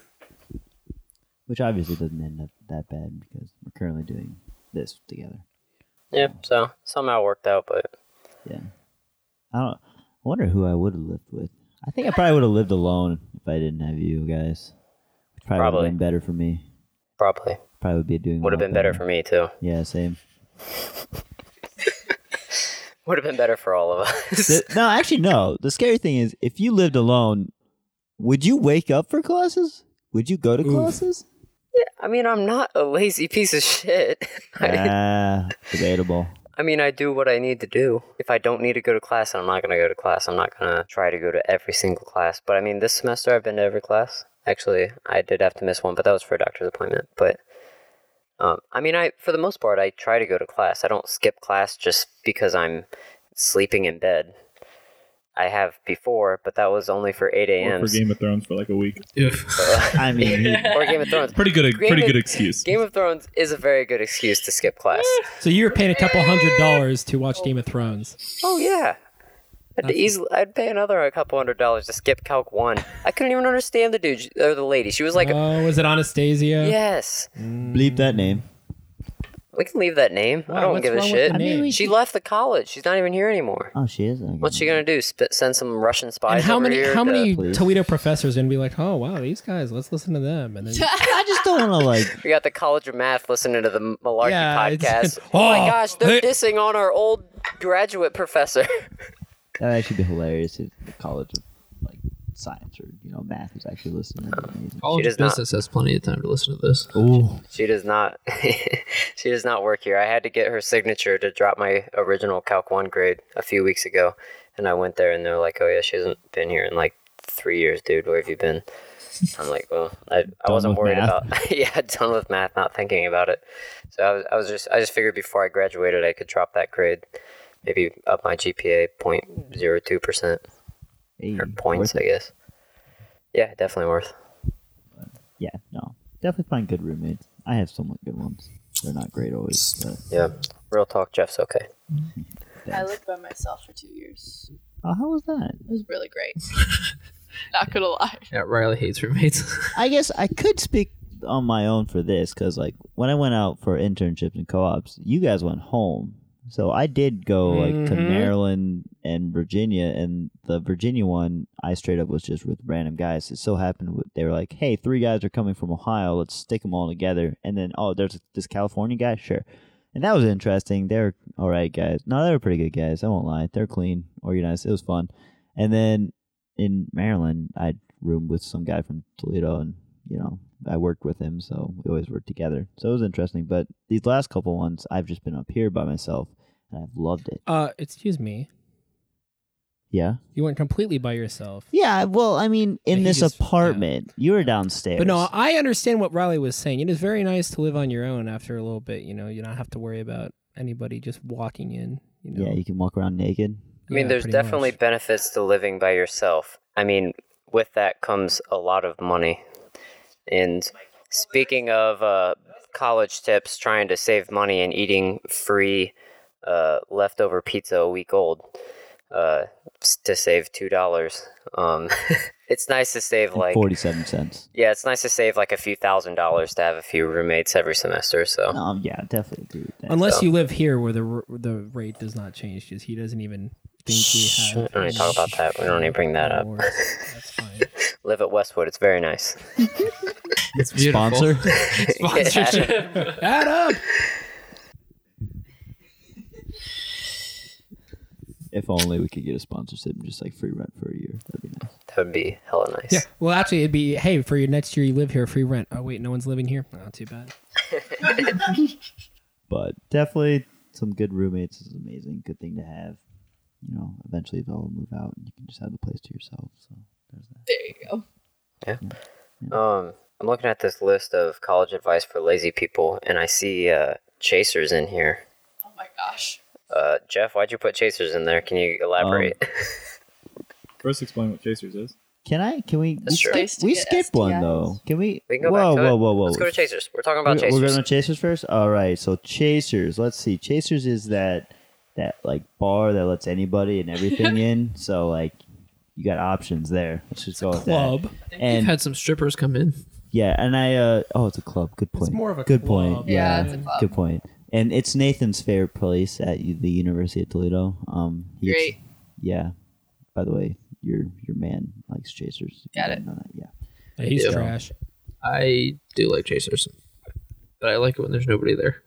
Which obviously doesn't end up that bad because we're currently doing this together. Yeah, so somehow it worked out, but Yeah. I don't. I wonder who I would have lived with. I think I probably would have lived alone if I didn't have you guys. Which probably, would Probably. have been better for me. probably Probably would be doing. would have been better for me too. Yeah, same. Would have been better for all of us. (laughs) The- no, actually, no. The scary thing is, if you lived alone, would you wake up for classes? Would you go to Oof. classes? I mean, I'm not a lazy piece of shit. (laughs) (laughs) I, Ah, debatable. I mean, I do what I need to do. If I don't need to go to class, I'm not going to go to class. I'm not going to try to go to every single class. But I mean, this semester I've been to every class. Actually, I did have to miss one, but that was for a doctor's appointment. But um, I mean, I for the most part, I try to go to class. I don't skip class just because I'm sleeping in bed. I have before, but that was only for 8 Or a.m. for Game of Thrones for like a week. I mean, he- or Game of Thrones. (laughs) Pretty good. Game Pretty of- good excuse. Game of Thrones is a very good excuse to skip class. so you were paying a couple hundred dollars to watch Game of Thrones? Oh yeah. I'd easily, I'd pay another a couple hundred dollars to skip Calc One. I couldn't even understand the dude or the lady. She was like, oh, was it Anastasia? "Yes, (laughs) bleep that name. we can leave that name. I Wow, don't what's give a wrong with shit." the name? I mean, we she left the college. She's not even here anymore. Oh, she is. Okay. What's she gonna do? Sp- send some Russian spies And how over many here? how to- many please. Toledo professors gonna be like, oh wow, these guys, let's listen to them, and then I just don't want to like. We got the College of Math listening to the M- Malarkey Yeah, podcast. it's- (laughs) oh my Oh, gosh, they're they- dissing on our old graduate professor. That would actually be hilarious if the college of like science or you know math is actually listening. That'd be amazing. (laughs) college does not- business has plenty of time to listen to this. Ooh, She does not. (laughs) she does not work here. I had to get her signature to drop my original Calc One grade a few weeks ago, and I went there and they're like, "Oh yeah, she hasn't been here in like three years, dude. Where have you been?" I'm like, "Well, I, I wasn't with worried math. about. (laughs) yeah, done with math, not thinking about it. So I was, I was just, I just figured before I graduated, I could drop that grade, maybe up my GPA 0.02 percent hey, or points, Hmm, worth I it. guess. Yeah, definitely worth. Yeah, no, definitely find good roommates. I have somewhat good ones. They're not great always, but Yeah, real talk, Jeff's okay. I lived by myself for two years. oh, how was that? It was really great. Not gonna lie. Yeah, Riley hates (laughs) roommates. I guess I could speak on my own for this because, like, when I went out for internships and co-ops, you guys went home. So I did go like to Mhm. Maryland and Virginia, and the Virginia one I straight up was just with random guys. It so happened w- they were like, "Hey, three guys are coming from Ohio. Let's stick them all together." And then, oh, there's this California guy, sure. And that was interesting. They're all right, guys. No, they were pretty good guys. I won't lie. They're clean, organized. It was fun. And then in Maryland, I roomed with some guy from Toledo, and you know, I worked with him, so we always worked together. So it was interesting. But these last couple ones, I've just been up here by myself, and I've loved it. uh, excuse me, Yeah. you went completely by yourself. Yeah. Well, I mean, in Yeah, he this just- apartment, you were downstairs. But no, I understand what Riley was saying. It is very nice to live on your own after a little bit. You know, you don't have to worry about anybody just walking in. You know, yeah, you can walk around naked. I mean, Yeah, there's pretty definitely much. benefits to living by yourself. I mean, with that comes a lot of money. And speaking of uh, college tips, trying to save money and eating free uh, leftover pizza a week old uh, s- to save two dollars. Um, (laughs) it's nice to save and like forty-seven (laughs) cents. yeah, it's nice to save like a few thousand dollars to have a few roommates every semester. So Oh. Um, yeah, I definitely agree with that. unless you live here where the r- the rate does not change, because he doesn't even think we have. We don't need to talk about that. We don't need to bring that up. Or- That's fine. live at Westwood. It's very nice. it's beautiful. sponsor. (laughs) (laughs) Sponsorship. Add up. if only we could get a sponsorship, and just like free rent for a year. That'd be nice. That would be hella nice. Yeah. Well, actually, it'd be hey for your next year you live here free rent. Oh wait, no one's living here. Oh, too bad. But definitely some good roommates is amazing. Good thing to have. You know, eventually they'll move out and you can just have the place to yourself. So there's that. There you go. Um, I'm looking at this list of college advice for lazy people, and I see uh, chasers in here. Oh my gosh. Uh, Jeff, why'd you put chasers in there? Can you elaborate? Um, First, explain what Chasers is. Can I? Can we? We, That's true. Place skipped, to we get skipped one STIs. though. Can we? we can go back whoa, to whoa, it. whoa, (laughs) whoa, Let's go to chasers. We're talking about We're, chasers. we're going to chasers first. All right. So chasers. Let's see. Chasers is that that like bar that lets anybody (laughs) and everything in. So like you got options there. Let's just go with that. Club. We've And had some strippers come in. yeah, and I uh oh, it's a club. Good point. It's more of a good club. point. Yeah, Yeah, it's a club. good point. And it's Nathan's favorite place at U- the University of Toledo. Um, he gets- Great. yeah. By the way, your your man likes chasers. if you Got it. didn't know that, Yeah. Hey, he's Yeah. trash. I do like chasers, but I like it when there's nobody there.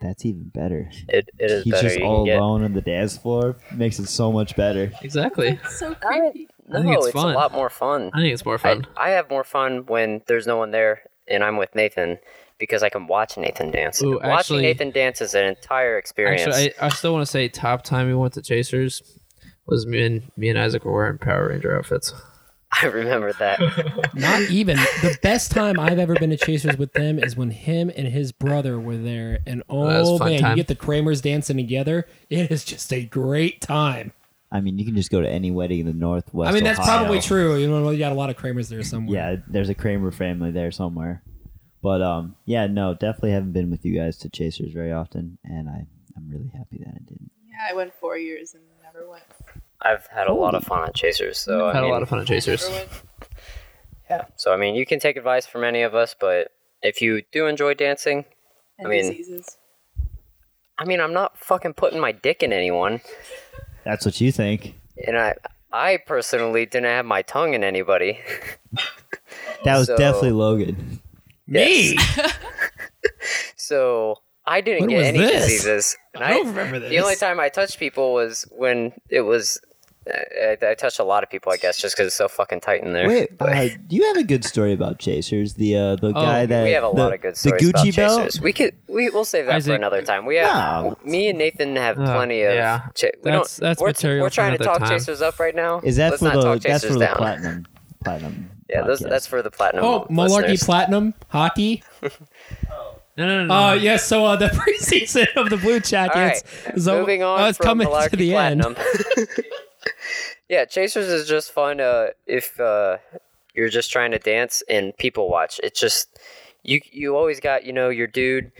That's even better. It, it is He's better. just you all can get, alone on the dance floor. Makes it so much better. exactly. So creepy. No, I think it's it's fun. a lot more fun. I think it's more I, fun. I have more fun when there's no one there and I'm with Nathan because I can watch Nathan dance. Ooh, Watching actually- Nathan dance is an entire experience. Actually, I, I still want to say top time we went to Chasers was me and me and Isaac were wearing Power Ranger outfits. (laughs) I remember that. (laughs) Not even the best time I've ever been to Chasers with them is when him and his brother were there, and that was a oh fun man, time. you get the Kramers dancing together. It is just a great time. I mean, you can just go to any wedding in the Northwest. I mean, that's Ohio. probably true. You know, you got a lot of Kramers there somewhere. Yeah, there's a Kramer family there somewhere. But um, yeah, no, definitely haven't been with you guys to Chasers very often, and I I'm really happy that I didn't. Yeah, I went four years and never went. I've had a lot of fun at Chasers, so I Had mean, a lot of fun at Chasers. Never went. yeah. So I mean, you can take advice from any of us, but if you do enjoy dancing, And I mean- diseases. I mean, I'm not fucking putting my dick in anyone, That's what you think. and I I personally didn't have my tongue in anybody. (laughs) That was So- definitely Logan. Me, So I didn't When get was any this? diseases. And I don't remember this. The only time I touched people was when it was. I, I- I touched a lot of people, I guess, just because it's so fucking tight in there. (laughs) Wait, But uh, do you have a good story about Chasers? The uh, Oh, the guy that we have a the, lot of good the stories about Gucci belt. chasers. We could we we'll save that for Isaac- another time. We have No. me and Nathan have Uh, plenty of. yeah. cha- we don't. That's- that's we're, material we're for trying to another talk time. chasers up right now. Is that Let's for not the talk that's chasers for the down. platinum platinum? Yeah, those, podcast. that's for the platinum. Oh, Malarkey listeners. Platinum hockey. No, Hmm. no, no, no. Uh, Oh, yes. So uh, the (laughs) preseason of the Blue All right, Jackets. is o- moving on Oh, it's from coming (laughs) Malarkey to the Platinum. (laughs) end. yeah, Chasers is just fun uh, if uh, you're just trying to dance and people watch. It's just you you always got you know your dude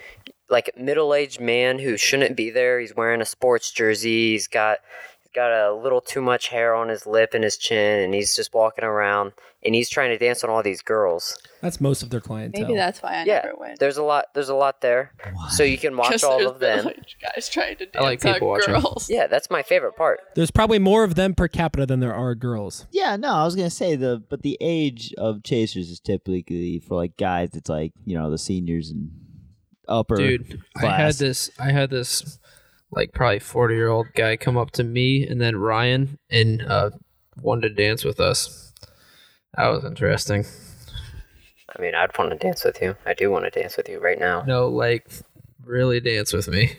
like middle aged man who shouldn't be there. He's wearing a sports jersey. He's got he's got a little too much hair on his lip and his chin, and he's just walking around and he's trying to dance on all these girls. That's most of their clientele. Maybe that's why I Yeah. never went. There's a lot. There's a lot there, so you can watch 'Cause all there's (laughs) of them. village Guys trying to dance I like people on watching. girls. (laughs) Yeah, that's my favorite part. There's probably more of them per capita than there (laughs) are girls. Yeah, no, I was gonna say the but the age of chasers is typically for like guys. It's like you know the seniors and upper. dude i had class. this i had this like probably 40 year old guy come up to me and then ryan and uh wanted to dance with us that was interesting I mean, I'd want to dance with you. I do want to dance with you right now. no like really dance with me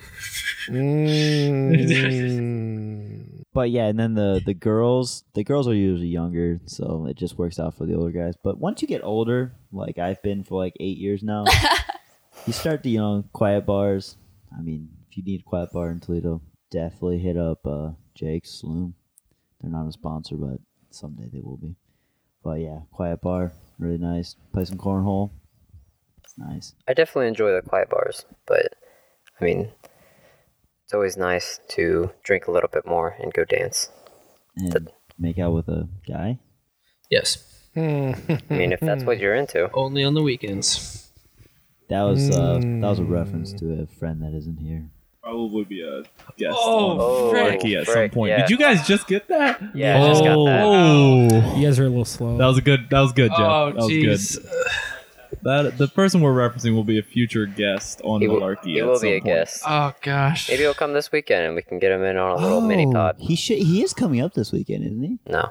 Mm. But yeah, and then the the girls, the girls are usually younger, so it just works out for the older guys. But once you get older, like I've been for like eight years now, you start to you know quiet bars. I mean, if you need a quiet bar in Toledo, definitely hit up uh, Jake's Saloon. They're not a sponsor, but someday they will be. But yeah, quiet bar, really nice. Play some cornhole. It's nice. I definitely enjoy the quiet bars, but I mean, it's always nice to drink a little bit more and go dance. and make out with a guy. yes Mm. I mean, if that's Mm-hmm. what you're into. only on the weekends That was uh, that was a reference to a friend that isn't here. Probably be a guest. Oh, on frick. Ricky at some Frick, point. yeah. Did you guys just get that? Yeah, I just got that. Oh, You guys are a little slow. that was a good. That was good, Jeff. that was Oh, jeez good. That the person we're referencing will be a future guest on He will, Malarkey. he at will some be a point. guest. oh gosh Maybe he'll come this weekend and we can get him in on a little mini Oh, pod. He should. He is coming up this weekend, isn't he? No.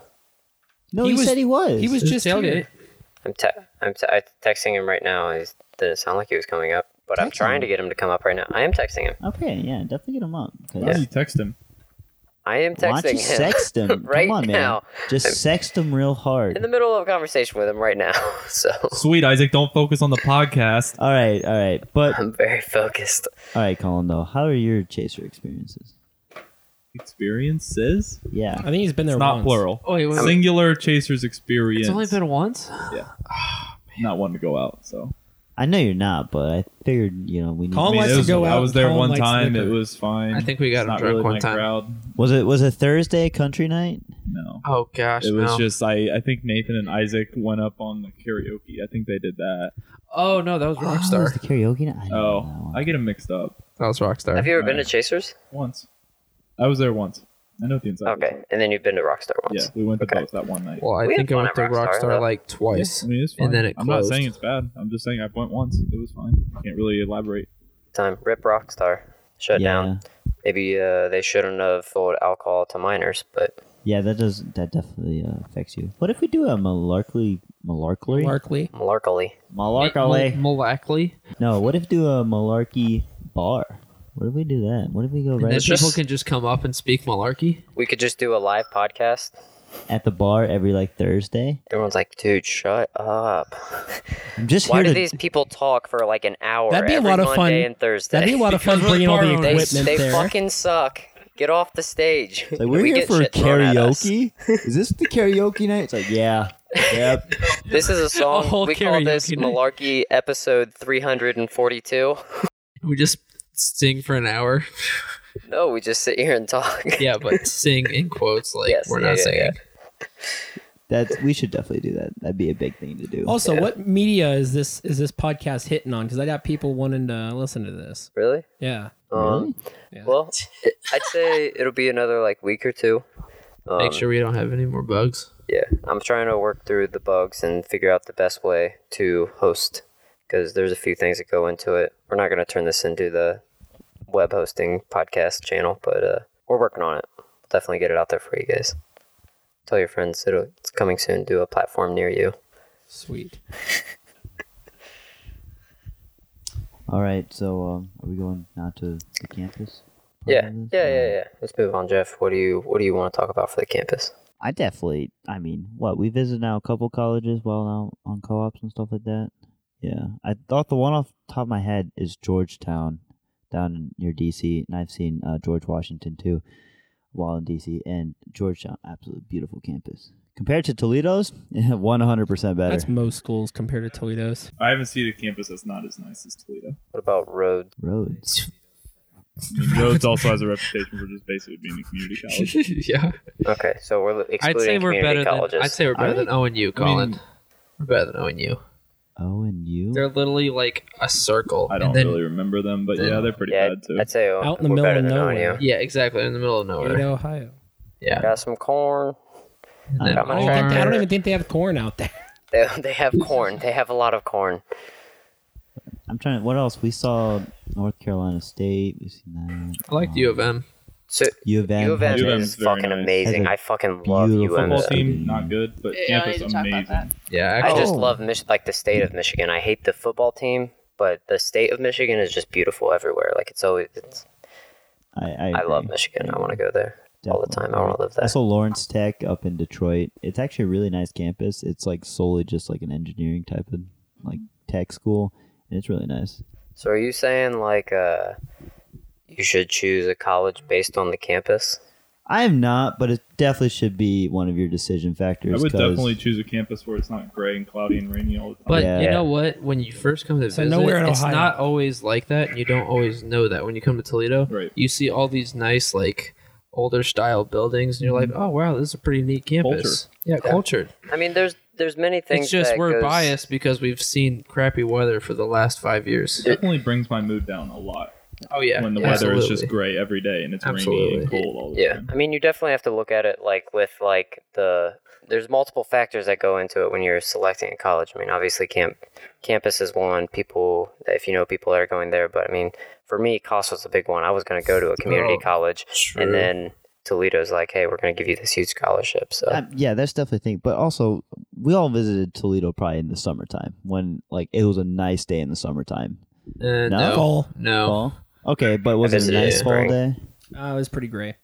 No, He he, was- said he was. He was Just just tailgate. here. I'm te- I'm, te- I'm texting him right now. He didn't sound like he was coming up, but I'm Text trying him. to get him to come up right now. I am texting him. Okay, yeah, definitely get him up. 'cause Why don't you text him? I am Why texting don't you him (laughs) sext him? right Come on, man. now. Just sext him real hard. In the middle of a conversation with him right now, (laughs) so Sweet Isaac, don't focus on the podcast. (laughs) all right, all right, but all I'm very focused. right, Colin. Though, how are your chaser experiences? Experiences? Yeah, I think he's been there It's not once. plural. Oh, wait, wait, wait. Singular chasers experience. It's only been once. not one to go out. So I know you're not, but I figured you know we need. I, Colin mean, likes it to was, go I out was and there Colin one likes time. liquor. It was fine. I think we got It's him not drunk really one my time. Crowd. Was it was it Thursday country night? No. Oh gosh, It was no. just I, I think Nathan and Isaac went up on the karaoke. I think they did that. oh no, that was Oh, was Rockstar. the karaoke night? I didn't know that Oh, one. I get them mixed up. That was Rockstar. Have you ever been to Alright. Chasers? Once. I was there once. I know the inside. was Okay, and then you've been to Rockstar Yeah, once. we went to Okay. both that one night. Well, I We had think I fun went to at Rockstar, Rockstar, though. like twice. I mean, it's And fine. then it I'm closed. not saying it's bad. I'm just saying I went once. It was fine. Can't really elaborate. Time rip Rockstar, shut yeah. down. Maybe uh, they shouldn't have sold alcohol to minors, but Yeah, that does that definitely uh, affects you. What if we do a malarkey malarkey Larkley. malarkey. malarkey? Mul- Mulacley. No, what if do a malarkey bar? What if we do that? What if we go And right then up people just- can just come up and speak malarkey. We could just do a live podcast. at the bar every like Thursday? Everyone's like, "Dude, shut (laughs) up." I'm just Why here do to these people talk for like an hour That'd be a every lot of Monday fun- and Thursday? That'd be a (laughs) lot of fun Because we're bringing all the borrowing- They, equipment they there. fucking suck. Get off the stage. like (laughs) we're We here get for shit thrown at us. karaoke. Is this the karaoke night? It's like yeah, yep. This (laughs) is a song whole we call this karaoke night. Malarkey episode 342. We just sing for an hour. (laughs) No, we just sit here and talk. (laughs) (laughs) yeah, (laughs) but sing in quotes like Yes, we're yeah, not yeah, singing. yeah. That's we should definitely do that. That'd be a big thing to do. Also, what media is this is this podcast hitting on? Because I got people wanting to listen to this. Really? Yeah. Um, Yeah. Well, it, I'd say it'll be another like week or two. Um, Make sure we don't have any more bugs. Yeah, I'm trying to work through the bugs and figure out the best way to host because there's a few things that go into it. We're not going to turn this into the web hosting podcast channel, but uh, we're working on it. Definitely get it out there for you guys. Tell your friends it'll, it's coming soon to a platform near you. Sweet. All right, so um, are we going now to the campus? part Yeah, of this? yeah, Uh, yeah, yeah. Mm. Let's move on, Jeff. What do you What do you want to talk about for the campus? I definitely. I mean, what we visited now a couple colleges while out on co-ops and stuff like that. Yeah, I thought the one off the top of my head is Georgetown, down near DC, and I've seen uh, George Washington too, while in DC, and Georgetown, absolutely beautiful campus compared to Toledo's, (laughs) one hundred percent better. That's most schools compared to Toledo's. I haven't seen a campus that's not as nice as Toledo. What about Rhodes? Roads. I (laughs) mean, Rhodes also has a reputation for just basically being a community college. (laughs) yeah, Okay, so we're excluding I'd say we're community better colleges. than I'd say we're better than ONU, Colin. I mean- we're better than ONU. Oh, and you? They're literally like a circle. I and don't then- really remember them, but then- yeah, they're pretty yeah, bad too. I'd say Out in the we're middle better of than nowhere. ONU. Yeah, exactly. In the middle of Ada, nowhere. Ohio. Yeah. Got some corn. (laughs) And then got my I don't, think, tractor. I don't even think they have corn out there. (laughs) They, they have corn. They have a lot of corn. I'm trying. What else? We saw North Carolina State. We've seen that. Um, I liked U of M. So U of M. U of M has U of a- M's is very fucking nice. amazing. Has a I fucking love U of beautiful M. Football Yeah. team not good, but Yeah, I need campus to talk about amazing. that. Yeah, I actually, just Oh. love Mich- like the state of Michigan. I hate the football team, but the state of Michigan is just beautiful everywhere. Like it's always. It's, I, I, I love agree. Michigan. I want to go there all the Definitely. time. I want to live there. Also, Lawrence Tech up in Detroit. It's actually a really nice campus. It's like solely just like an engineering type of Mm-hmm. like tech school, and it's really nice. So are you saying like uh, you should choose a college based on the campus? I am not, but it definitely should be one of your decision I factors. would 'cause- definitely choose a campus where it's not gray and cloudy and rainy all the time. but Yeah. you know what? When you first come to So visit, nowhere in it's Ohio. not always like that. and You don't always know that. When you come to Toledo, Right. you see all these nice like older style buildings, and you're Mm-hmm. like, oh wow, this is a pretty neat campus. Yeah, cultured. I mean, there's there's many things. It's just that we're goes- biased because we've seen crappy weather for the last five years. definitely brings my mood down a lot Oh yeah, when the weather is just gray every day and it's rainy Absolutely. and cold all the Yeah, time. I mean, you definitely have to look at it like with like the there's multiple factors that go into it when you're selecting a college. I mean, obviously, camp campus is one. People, if you know people that are going there, but I mean, for me, cost was a big one. I was going to go to a community Oh, college, True. and then Toledo's like, hey, we're going to give you this huge scholarship. So Um, yeah, that's definitely a thing. But also, we all visited Toledo probably in the summertime when like it was a nice day in the summertime. No? Uh, no, Fall. no. Fall. Okay, but was it a visited nice in fall spring. day? Uh, it was pretty gray.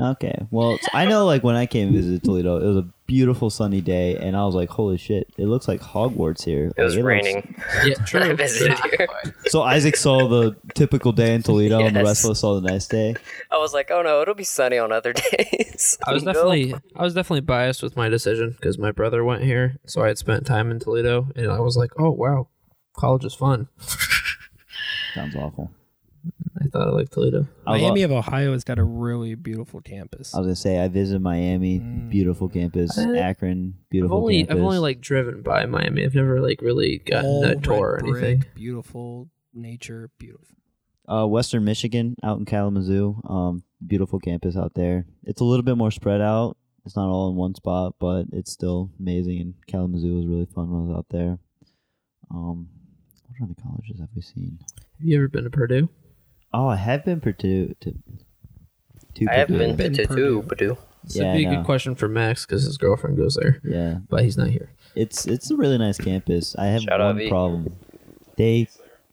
Okay. Well, I know like when I came and visited Toledo, it was a beautiful sunny day, and I was like, "Holy shit! It looks like Hogwarts here." it was Like, looks- raining. Yeah, when I true. visited here. So Isaac saw the typical day (laughs) in Toledo, and the rest Yes. of us saw the nice day. (laughs) I was like, oh no, it'll be sunny on other (laughs) days. I was Nope. definitely I was definitely biased with my decision because my brother went here, so I had spent time in Toledo, and I was like, oh wow, college is fun. Sounds awful. I thought I liked Toledo. I was, Miami of Ohio has got a really beautiful campus. I was gonna say I visited Miami, Mm. beautiful campus. Uh, Akron, I've beautiful only campus. I've only like driven by Miami. I've never like really gotten All a red tour or Oh brick, anything. Beautiful nature, beautiful. uh, Western Michigan, out in Kalamazoo. Um, beautiful campus out there. It's a little bit more spread out. It's not all in one spot, but it's still amazing. And Kalamazoo was really fun when I was out there. Um, what other colleges have we seen? Have you ever been to Purdue? Oh, I have been Purdue. To, to I have Purdue. been to Purdue. two, Purdue. This Yeah, would be I a know. good question for Max because his girlfriend goes there, Yeah, but he's not here. it's it's a really nice campus. I have Shout out, one V. problem. They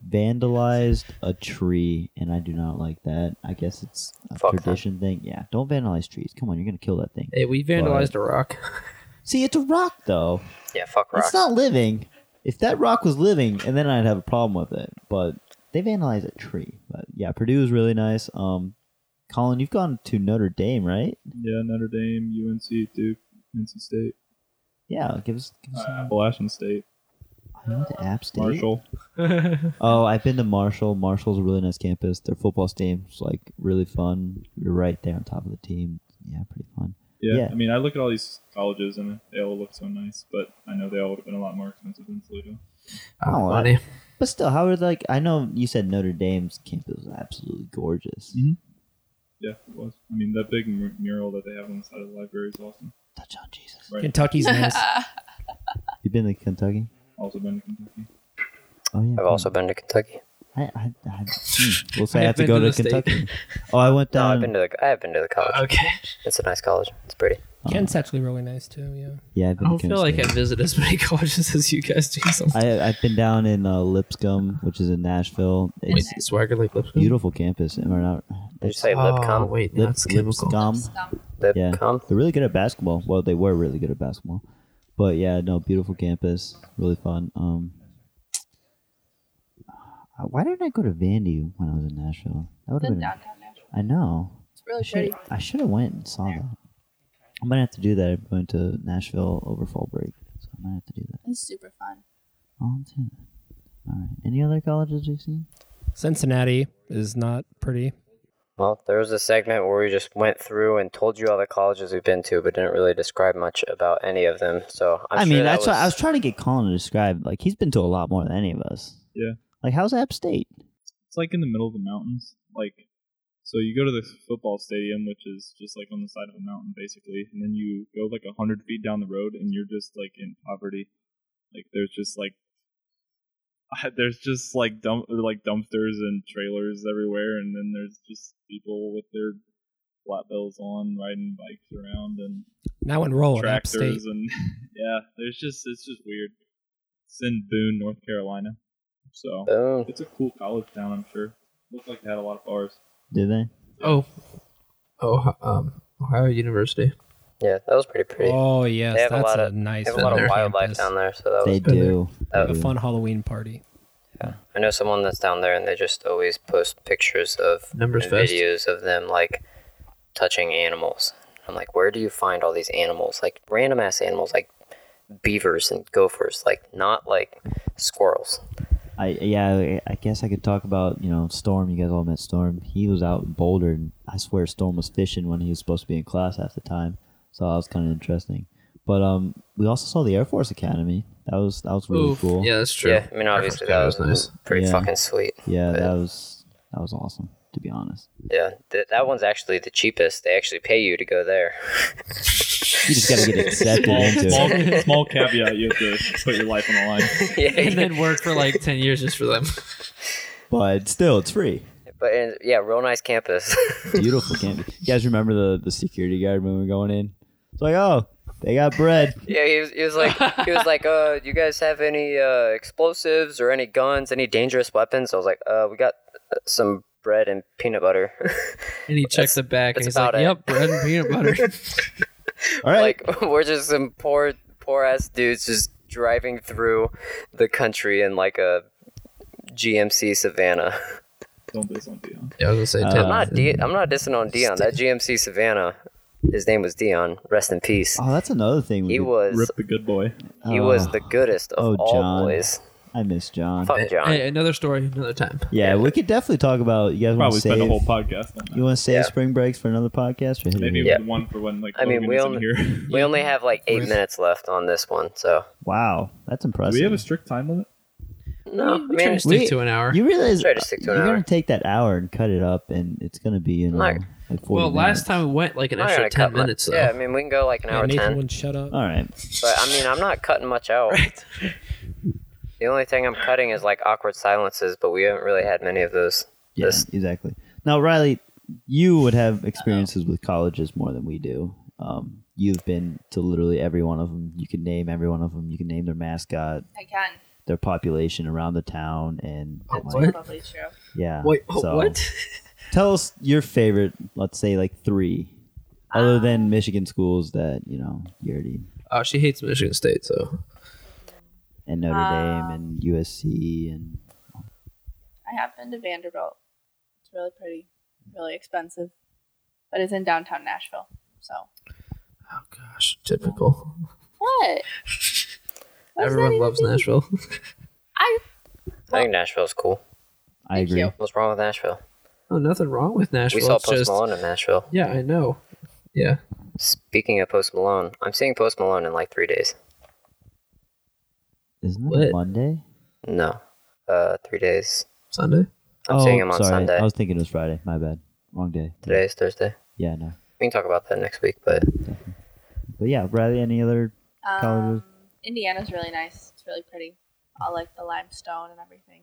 vandalized a tree, and I do not like that. I guess it's a Fuck them. tradition thing. Yeah, don't vandalize trees. Come on, you're gonna kill that thing. Hey, we vandalized a rock. See, it's a rock though. Yeah, fuck rocks. It's not living. If that rock was living, and then I'd have a problem with it. But they vandalized a tree. But yeah, Purdue is really nice. Um, Colin, you've gone to Notre Dame, right? Yeah, Notre Dame, UNC, Duke, NC State, Yeah, give us. Give us some- Appalachian State, I went to App State. Marshall. Oh, I've been to Marshall. Marshall's a really nice campus. Their football team's like really fun. You're right there on top of the team. Yeah, pretty fun. Yeah, Yeah. I mean, I look at all these colleges and they all look so nice, but I know they all would have been a lot more expensive than Toledo. (laughs) Oh, I- funny. But still, how are like? I know you said Notre Dame's campus is absolutely gorgeous. Mm-hmm. Mhm. Yeah, it was. I mean, that big mur- mural that they have on the side of the library is awesome. Touch on Jesus. Right. (laughs) Kentucky's nice. You've been to Kentucky? Also been to Kentucky. Oh yeah. I've also been to Kentucky. I, I, I, hmm, (laughs) we'll say I I've have to been go to to, the state. Kentucky. oh, I (laughs) went No, down. I've been to the. I have been to the college. (laughs) Okay. It's a nice college. It's pretty. oh, Kent's actually really nice too. Yeah. yeah, I've been I don't to feel like I visit as many (laughs) colleges as you guys do. Sometimes. I, I've been down in uh, Lipscomb, which is in Nashville. Wait, It's Swagger Lake Lipscomb. beautiful campus. Am I not? Did you say Oh, Lipcom? wait, Lip- that's chemical. Lipscomb. Yeah. Lipcom. They're really good at basketball. Well, they were really good at basketball. But yeah, no, beautiful campus, really fun. Um, uh, why didn't I go to Vandy when I was in Nashville? That would The have been. downtown Nashville. I know. It's really I pretty. should. I should have went and saw that. I'm gonna have to do that. I'm going to Nashville over fall break, so I might have to do that. It's super fun. I'll do that. All right. Any other colleges we've seen? Cincinnati is not pretty. Well, there was a segment where we just went through and told you all the colleges we've been to, but didn't really describe much about any of them. So I'm i sure mean, that that's why I was was- trying to get Colin to describe. Like he's been to a lot more than any of us. Yeah. Like how's App State? It's like in the middle of the mountains. Like, so you go to the football stadium, which is just like on the side of a mountain, basically, and then you go like a hundred feet down the road, and you're just like in poverty. Like, there's just like, (laughs) there's just like dump, like dumpsters and trailers everywhere, and then there's just people with their flat bells on, riding bikes around, and Now in roll at App Oh, State. tractors and (laughs) yeah, there's just it's just weird. It's in Boone, North Carolina, so Boom. it's a cool college town, I'm sure. Looked like they had a lot of bars. Did they? Oh, oh, um, Ohio University. Yeah, that was pretty pretty. Oh yes, They have a that's lot a, of- nice. they have a lot of Their wildlife campus. down there, so that They was. do. That A They do. fun Halloween party. I know someone that's down there, and they just always post pictures of Numbers and fest. videos of them like touching animals. I'm like, where do you find all these animals? Like random ass animals, like beavers and gophers, like not like squirrels. I yeah, I- I guess I could talk about you know Storm. You guys all met Storm. He was out in Boulder, and I swear Storm was fishing when he was supposed to be in class half the time. So that was kind of interesting. But um, we also saw the Air Force Academy. That was that was really Oof. cool. Yeah, that's true. (laughs) Yeah, I mean obviously that was pretty Yeah. fucking sweet. Yeah, Yeah. that was that was awesome. To be honest, Yeah, th- that one's actually the cheapest. They actually pay you to go there. (laughs) you just gotta get accepted Small, into it. small, small caveat: you have to put your life on the line. (laughs) yeah, (laughs) and then work for like ten years just for them. But still, it's free. but But and, yeah, real nice campus. (laughs) Beautiful campus. You guys remember the, the security guard when we were going in? It's like, oh, they got bread. yeah, he was, he was like he was like, uh, you guys have any uh, explosives or any guns, any dangerous weapons? I was like, uh, we got uh, some bread and peanut butter. (laughs) And he checked the back and that's he's like, about it. "Yep, bread and (laughs) peanut butter." All right. Like (laughs) we're just some poor poor ass dudes just driving through the country in like a GMC Savannah. Don't diss on Dion. yeah, I was Uh, gonna say, I'm Tim, not De- I'm not dissing on Dion. That GMC Savannah, his name was Dion. Rest in peace. oh, that's another thing. We He could- was Rip the good boy. he was the goodest of Oh, all John. boys. I miss John. Fuck Oh, John. Hey, another story, another time. Yeah, we could definitely talk about. You guys want Probably to save? spend a whole podcast on that. you want to save Yeah. spring breaks for another podcast? Or hit it Maybe here? Yeah. one for when like I mean, Logan we is only- in here. (laughs) We only have like eight minutes left on this one, so Wow, that's Do we impressive. have a strict time limit? no. I We try mean, to stick we- to an hour. you realize Try to stick to an you're hour. gonna take that hour and cut it up, and it's gonna be you know Like- like 40 well, last minutes. time it went like an I'm not extra gonna cut ten mu- minutes. Though. (laughs) Yeah, I mean, we can go like an Yeah, hour Nathan ten, wouldn't shut up. All right. but I mean, I'm not cutting much out. Right. The only thing I'm cutting is like awkward silences, but we haven't really had many of those. Yeah, This- exactly. Now, Riley, you would have experiences with colleges more than we do. Um, you've been to literally every one of them. You can name every one of them. You can name their mascot, I can. their population around the town, and Oh, like, What? Probably true. yeah. Wait, oh, so- what? Tell us your favorite. Let's say like three, other than Michigan schools that you know you already Oh, she hates Michigan State, so and Notre Um, Dame and USC and I have been to Vanderbilt. It's really pretty, really expensive, but it's in downtown Nashville. So oh gosh, typical. (laughs) what? What does that Everyone even loves mean? Nashville. (laughs) I I think Nashville's cool. I Thank agree. you. What's wrong with Nashville? oh, nothing wrong with Nashville. We saw it's Post just Malone in Nashville. yeah, I know. Yeah, Speaking of Post Malone, I'm seeing Post Malone in like three days. Isn't What? it Monday? No, uh, three days. Sunday. I'm oh, seeing him on sorry. Sunday. I was thinking it was Friday. My bad. Wrong day. Today's Thursday. Yeah, no. We can talk about that next week, but But yeah, Riley, any other? Um, Colleges. Indiana's really nice. It's really pretty. I like the limestone and everything.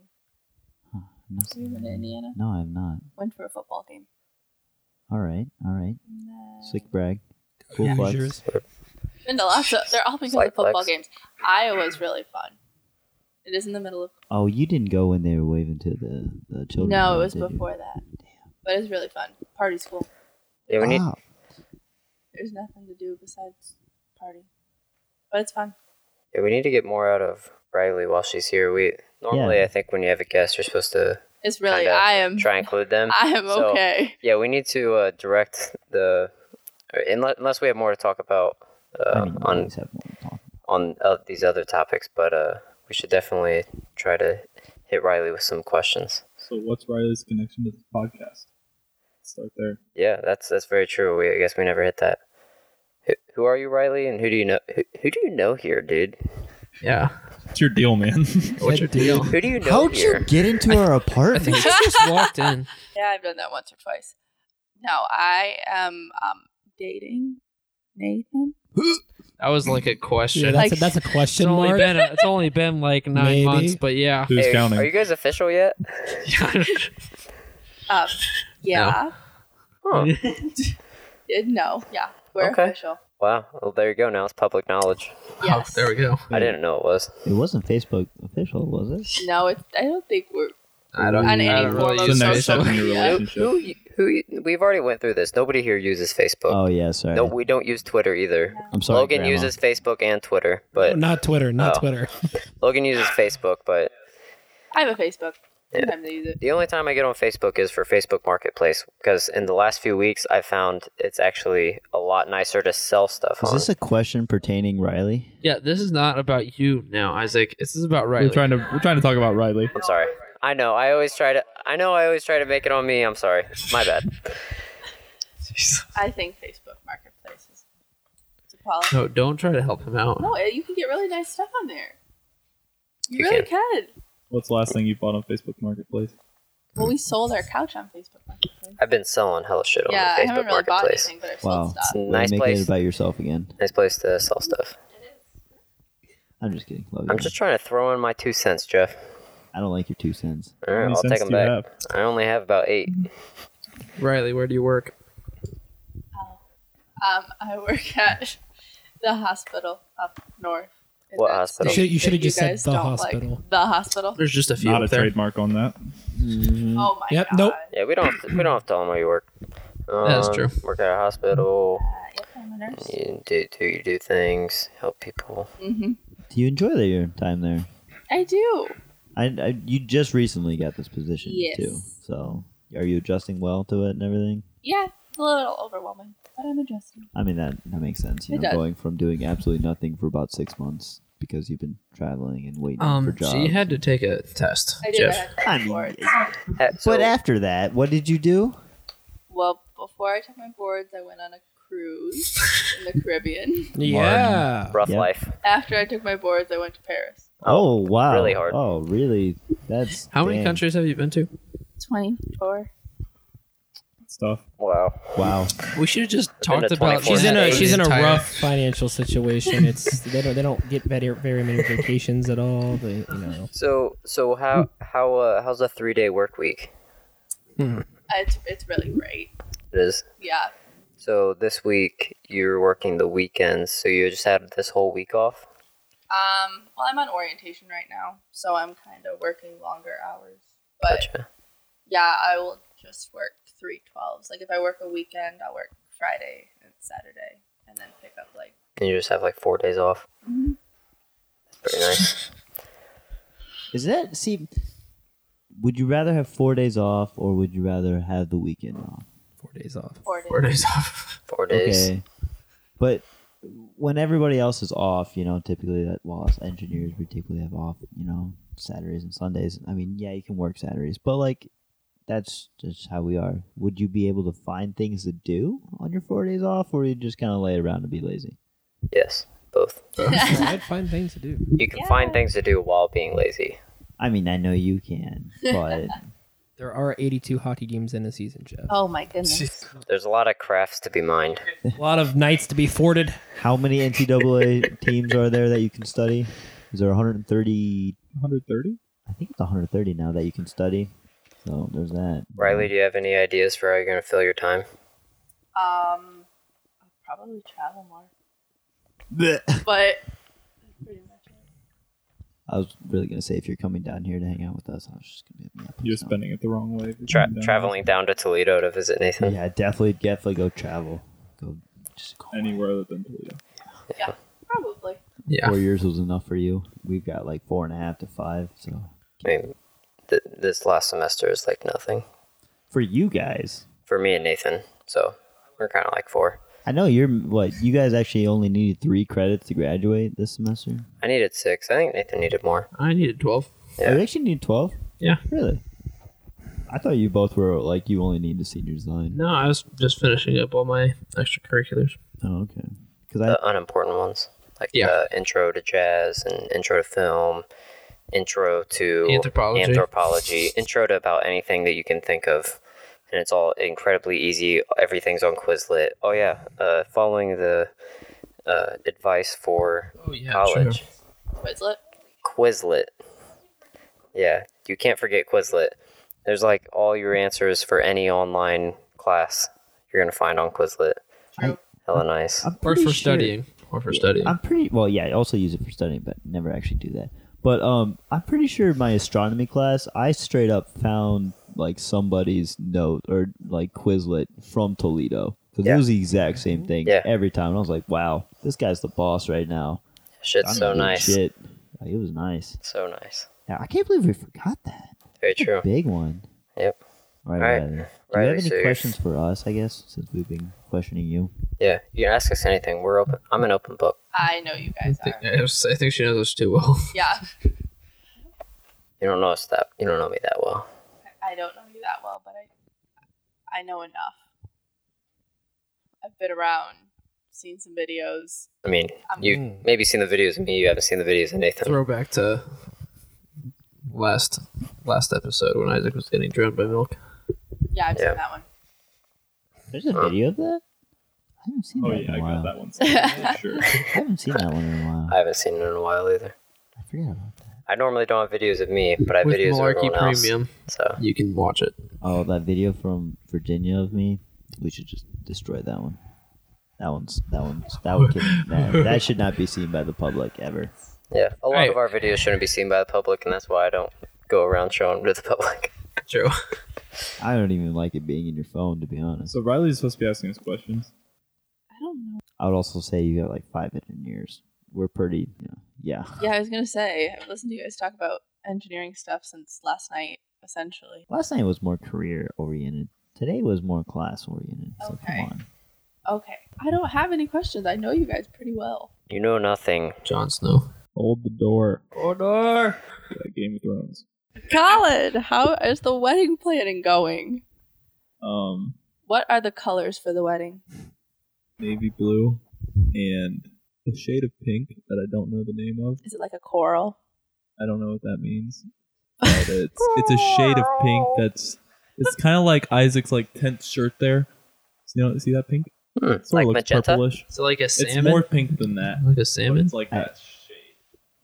I'm not Have you been to Indiana? No, I'm not. Went for a football game. All right, all right. And then- Slick brag. Go Cool flex. Hoosiers. Been to lots of. They're all because Slight of football flex. games. Iowa's really fun. It is in the middle of. Oh, you didn't go when they were waving to the the children. No, it though, was did you? before that. But it's really fun. Party school. yeah, we need. Ah, There's nothing to do besides party. But it's fun. Yeah, we need to get more out of Riley while she's here. We normally, I think, when you have a guest, you're supposed to It's really. Kinda I am. try and include them. Mm-hmm. (laughs) I am So- okay. yeah, we need to uh, direct the unless, unless we have more to talk about I uh, mean, you on always have more to talk. on uh, these other topics, but uh, we should definitely try to hit Riley with some questions. So what's Riley's connection to this podcast? Start there. Yeah, that's that's very true. We, I guess we never hit that. Who, who are you, Riley, and who do you know? Who, who do you know here, dude? Yeah. It's your deal, (laughs) man. What's your deal? Who do you know How'd here? you get into our I apartment? think she (laughs) just walked in. Yeah, I've done that once or twice. No, I am um, dating Nathan. That was like a question. Yeah, that's, a, (laughs) Like- that's a it's question only mark. been it's only been like nine Maybe. months, but yeah. Who's Hey, counting? Are you guys official yet? (laughs) Um, yeah. Huh. Did no. Yeah. We're Okay. official. Wow. Well, there you go. Now it's public knowledge. Yes. Oh, there we go. I didn't know it was. it wasn't Facebook official, was it? No, it, I don't think we're. I don't, Mm, On any I don't form really of the use next social step in your social. media. Who, relationship. who, y- who? y- We've already went through this. Nobody here uses Facebook. Oh yeah, sorry. No, we don't use Twitter either. I'm sorry. Logan Grandma. uses Facebook and Twitter, but not Twitter, not Oh. Twitter. Logan uses Facebook. But I have a Facebook. Sometimes I use it. the only time I get on Facebook is for Facebook Marketplace because in the last few weeks I found it's actually a lot nicer to sell stuff Is on. this a question pertaining Riley? (laughs) Yeah, this is not about you now, Isaac. This is about Riley. We're trying to we're trying to talk about Riley. I'm sorry. I know. I always try to. I know. I always try to make it on me. I'm sorry. My bad. I think Facebook Marketplace is it's a quality. no, don't try to help him out. No, you can get really nice stuff on there. You, You really can. What's the last thing you bought on Facebook Marketplace? Well, we sold our couch on Facebook Marketplace. I've been selling hella shit on yeah, the I Facebook haven't really bought Marketplace. anything, but I've Wow. sold stuff. It's a Way to nice make place. it about yourself again. Nice place to sell stuff. I'm just kidding. Love you. I'm just trying to throw in my two cents, Jeff. I don't like your two cents. All right, How many I'll cents take them do you back. I have? only have about eight. Riley, where do you work? Um, I work (laughs) at the hospital up north. in What that hospital? state You should- that you should've just said guys the don't hospital. Mm-hmm. Like. The hospital. There's just a few Not up a there. trademark on that. Oh my Yep, god. nope. Yeah, we don't have to, we don't have to tell them where you work. Um, That's true. Work at a hospital. Uh, yep, I'm a nurse. You do, do you do things, help people. hmm Do you enjoy the, your time there? I do. I, I you just recently got this position Yes. too. So are you adjusting well to it and everything? Yeah, it's a little overwhelming, but I'm adjusting. I mean that that makes sense. You It know, does. going from doing absolutely nothing for about six months because you've been traveling and waiting for Um, jobs. she had to take a test, I did. I Jeff. had to I take mean, boards. Ha- so- but after that, what did you do? Well, before I took my boards, I went on a cruise in the Caribbean. Yeah. rough Yeah. life. After I took my boards, I went to Paris. Oh, wow! really hard. Oh really? That's How many dang. countries have you been to? 24. Stuff. Wow. Wow. We should have just been talked to 24. about. She's in a Fortnite she's in a entire- rough financial situation. It's they don't they don't get very very many vacations at all. They, you know. So so how how uh, how's a three day work week? It's, it's really great. It is. Yeah. So this week you're working the weekends, so you just had this whole week off. Um. Well, I'm on orientation right now, so I'm kind of working longer hours. But Gotcha. yeah, I will just work three twelves. Like if I work a weekend, I'll work Friday and Saturday, and then pick up like. And you just have like four days off. Mm-hmm. That's pretty nice. Is that see? Would you rather have four days off, or would you rather have the weekend off? Four days off. Four days. Four days off. (laughs) Four days. Okay, but when everybody else is off, you know, typically that well, us engineers we typically have off, you know, Saturdays and Sundays. I mean, yeah, you can work Saturdays, but like that's just how we are. Would you be able to find things to do on your four days off, or you just kind of lay around and be lazy? Yes, both. Oh, I'd find things to do. You can find things to do while being lazy. I mean, I know you can, but There are 82 hockey games in a season, Jeff. Oh my goodness. There's a lot of crafts to be mined. A lot of nights to be forded. how many NCAA teams are there that you can study? Is there 130 130? I think it's 130 now that you can study. So there's that. Riley, do you have any ideas for how you're gonna fill your time? um, I'll probably travel more, Blech. but that's pretty much it. I was really gonna say if you're coming down here to hang out with us, I was just gonna be. Yeah, You're please don't. spending it the wrong way. Tra- No. Traveling down to Toledo to visit Nathan. Yeah, definitely, definitely go travel. Go just go. Anywhere other than Toledo. Yeah, probably. Yeah. Four years was enough for you. We've got like four and a half to five. So I mean, th- this last semester is like nothing for you guys, for me and Nathan. So we're kind of like four. I know you're what you guys actually only needed three credits to graduate this semester. I needed six. I think Nathan needed more. I needed twelve. Oh, you actually need twelve. Yeah. Really? I thought you both were like you only need a senior design. No, I was just finishing up all my extracurriculars. Oh, okay. Because I The unimportant ones, like Yeah. uh, intro to jazz and intro to film, intro to Anthropology. anthropology, intro to about anything that you can think of. And it's all incredibly easy. Everything's on Quizlet. Oh yeah, uh, following the uh, advice for Oh yeah, college. Quizlet. Quizlet. Yeah, you can't forget Quizlet. There's like all your answers for any online class you're gonna find on Quizlet. True. Hella nice. I'm Or pretty for sure- studying. Or for studying. I'm pretty well. Yeah, I also use it for studying, but never actually do that. But um, I'm pretty sure my astronomy class, I straight up found like somebody's note or like Quizlet from Toledo because Yeah. it was the exact Mm-hmm. same thing Yeah. every time. And I was like, wow, this guy's the boss right now. Shit's I'm so doing nice. Shit, like, it was nice. So nice. Yeah, I can't believe we forgot that Very true. (laughs) big one. Yep. All right, All right. Riley. Do Riley, you have so any you're- questions for us? I guess since we've been questioning you. Yeah. You can ask us anything. We're open. I'm an open book. I know you I guys think, are. I was- I think she knows us too well. (laughs) Yeah, (laughs) You don't know us that. You don't know me that well. I don't know you that well, but I, I know enough. I've been around, seen some videos. I mean, I'm- you Hmm. have maybe seen the videos of me. You haven't seen the videos of Nathan. Throwback to last last episode when Isaac was getting drowned by milk. Yeah, I've Yeah. seen that one. There's a Uh. video of that. I haven't seen Oh, that yeah, in I a while. got that one. sure. I haven't seen that one in a while. (laughs) I haven't seen it in a while either. I forgot about that. I normally don't have videos of me, but I have With videos of Malarkey everyone else. Premium, So you can watch it. Oh, that video from Virginia of me. We should just destroy that one. That one's that one's that one (laughs) can, that, that should not be seen by the public ever. yeah, a lot Alright. of our videos shouldn't be seen by the public, and that's why I don't go around showing them to the (laughs) public. True. I don't even like it being in your phone, to be honest. So Riley's supposed to be asking us questions. I don't know. I would also say you got like five hidden years. We're pretty, you know, yeah. Yeah, I was gonna say I've listened to you guys talk about engineering stuff since last night, essentially. Last night was more career oriented. Today was more class oriented. So Okay. come on. Okay, I don't have any questions. I know you guys pretty well. You know nothing. Jon Snow. Hold the door. Order. Like Game of Thrones. Colin, (laughs) how is the wedding planning going? Um, What are the colors for the wedding? navy blue and a shade of pink that I don't know the name of. Is it like a coral? I don't know what that means. But it's it's a shade of pink that's it's kind of like Isaac's like tenth shirt there. See, you know, see that pink? Hmm, It like of looks magenta. purplish. So like a salmon. It's more pink than that. like a but salmon. It's like Uh, that shade.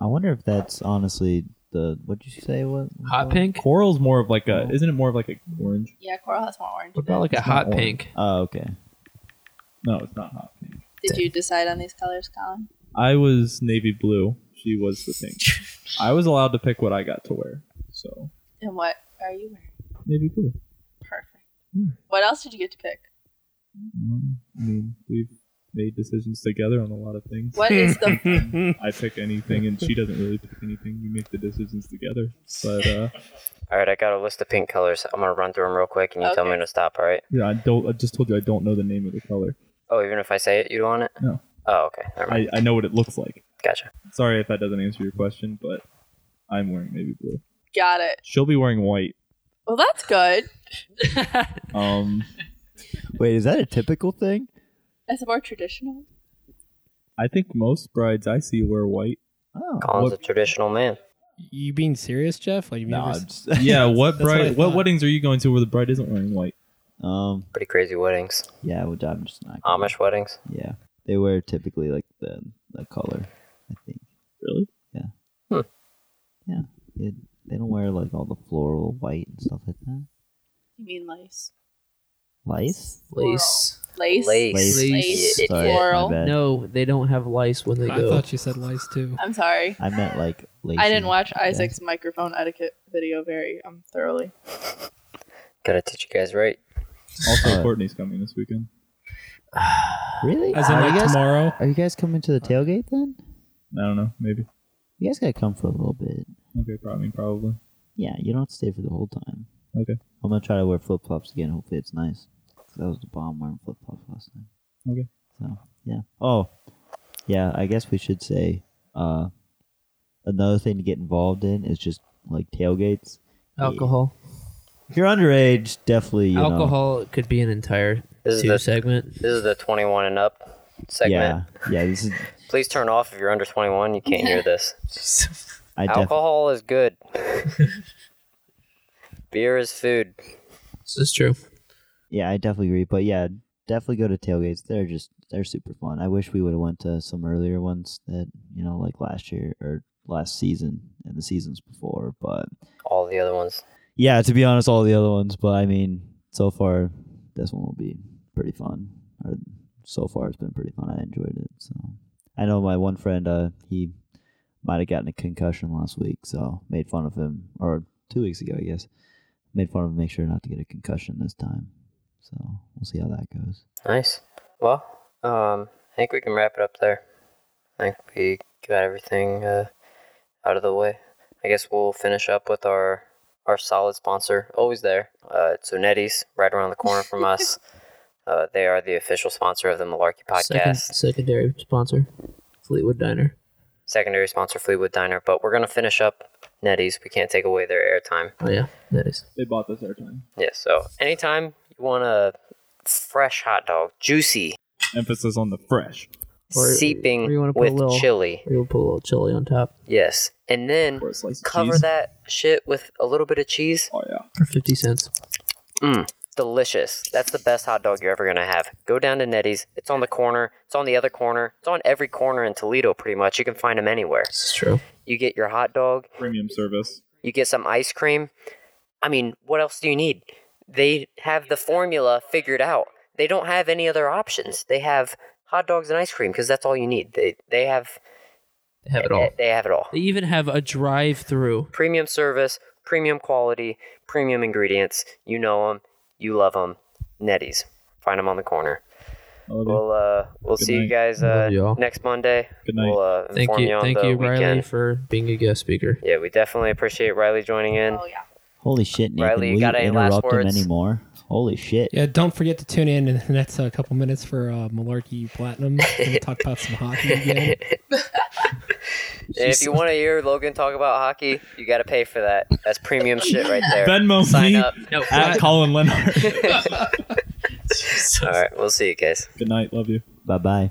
I wonder if that's honestly the what did you say what Hot pink. Coral's more of like a. Isn't it more of like a orange? Yeah, coral has more orange. in What it. about like a It's hot not orange. pink? Oh, okay. No, it's not hot pink. Did you decide on these colors, Colin? I was navy blue. She was the pink. I was allowed to pick what I got to wear. So And what are you wearing? navy blue. Perfect. What else did you get to pick? Um, I mean, we've made decisions together on a lot of things. What is the I pick anything, and she doesn't really pick anything. We make the decisions together. But uh, All right, I got a list of pink colors. I'm gonna run through them real quick, and you tell me Okay. when to stop. All right? yeah, I don't. I just told you I don't know the name of the color. Oh, even if I say it, you don't want it? No. Oh, okay. Never mind. I, I know what it looks like. Gotcha. Sorry if that doesn't answer your question, but I'm wearing navy blue. got it? She'll be wearing white. Well, that's good. Um, Wait, is that a typical thing? That's more traditional. I think most brides I see wear white. Oh, Colin's What- a traditional man. You being serious, Jeff? Like, have you no, ever I'm s- just- (laughs) Yeah, what That's what I bride? What, thought. weddings are you going to where the bride isn't wearing white? (laughs) um, Pretty crazy weddings. yeah, well, I'm just not gonna- Amish weddings. Yeah, they wear typically like the the color. I think. Really? Yeah, it, they don't wear like all the floral white and stuff like that. You mean lace? Lice. Lace. Lace. Lace? Lace. Lace. Lace. Sorry, Floral. my bad. No, they don't have lice when they I go. thought you said lies too. I'm sorry. I meant like lace. I didn't watch Isaac's microphone etiquette video very um thoroughly. Gotta teach you guys right. Also, Uh, (laughs) Courtney's coming this weekend. Really? As in, are, like you guys, tomorrow. are you guys coming to the tailgate then? I don't know. Maybe. You guys gotta come for a little bit. Okay, probably. Probably. Yeah, you don't have to stay for the whole time. Okay. I'm gonna try to wear flip flops again. Hopefully, it's nice. 'Cause That was the bomb wearing flip flops last time. Okay. So yeah. Oh, yeah. I guess we should say uh, another thing to get involved in is just like tailgates. Alcohol. If you're underage, definitely you know- Alcohol could be an entire This is two the- segment. This is the 21 and up segment. yeah, yeah. This is Please turn off if you're under 21. You can't (laughs) hear this. I def- Alcohol is (laughs) good. Beer is food. This is true. yeah, I definitely agree. But yeah, definitely go to tailgates. They're just they're super fun. I wish we would have went to some earlier ones that you know like last year or last season and the seasons before, but. All the other ones. Yeah, to be honest, all the other ones, but I mean, so far, this one will be pretty fun. Or so far, it's been pretty fun. I enjoyed it. So I know my one friend, uh, he might have gotten a concussion last week, so made fun of him, or two weeks ago, I guess. Made fun of him, make sure not to get a concussion this time. So we'll see how that goes. Nice. Well, um, I think we can wrap it up there. I think we got everything uh, out of the way. I guess we'll finish up with our our solid sponsor, always there. Uh, it's Unetti's, right around the corner from (laughs) us. Uh, they are the official sponsor of the Malarkey Podcast. Second, secondary sponsor, Fleetwood Diner. Secondary sponsor, Fleetwood Diner. But we're gonna finish up Nettie's. We can't take away their airtime. Oh yeah, that is. They bought this airtime. Yeah. So anytime you want a fresh hot dog, juicy, Emphasis on the fresh. Or- seeping or you wanna put with a little- chili. We'll put a little chili on top Yes. And then Or a slice of cover cheese. that shit with a little bit of cheese. Oh yeah. for fifty cents. Mm, delicious. That's the best hot dog you're ever gonna have. Go down to Nettie's. It's on the corner. It's on the other corner. It's on every corner in Toledo, pretty much. You can find them anywhere. This is true. You get your hot dog. Premium service. You get some ice cream. I mean, what else do you need? They have the formula figured out. They don't have any other options. They have hot dogs and ice cream because that's all you need. They they have They have it all. They have it all. They even have a drive-through. Premium service, premium quality, premium ingredients. You know them. You love them. Nettie's. Find them on the corner. I love you. We'll uh we'll Good see you night. guys Love uh y'all. next Monday. Good night. We'll uh, Thank inform you, you, on thank the you, weekend. Riley, for being a guest speaker. Yeah, we definitely appreciate Riley joining in. Oh yeah. Holy shit, Nathan. Riley, you will got any last interrupt him words? anymore? Holy shit. Yeah, don't forget to tune in in the next uh, couple minutes for uh, Malarkey Platinum. We're gonna talk about some hockey again. And if you want to hear Logan talk about hockey, you got to pay for that. That's premium shit (laughs) right there. Venmo Sign me. up. No, (laughs) At Colin Leonard. All right, we'll see you guys. Good night. Love you. Bye bye.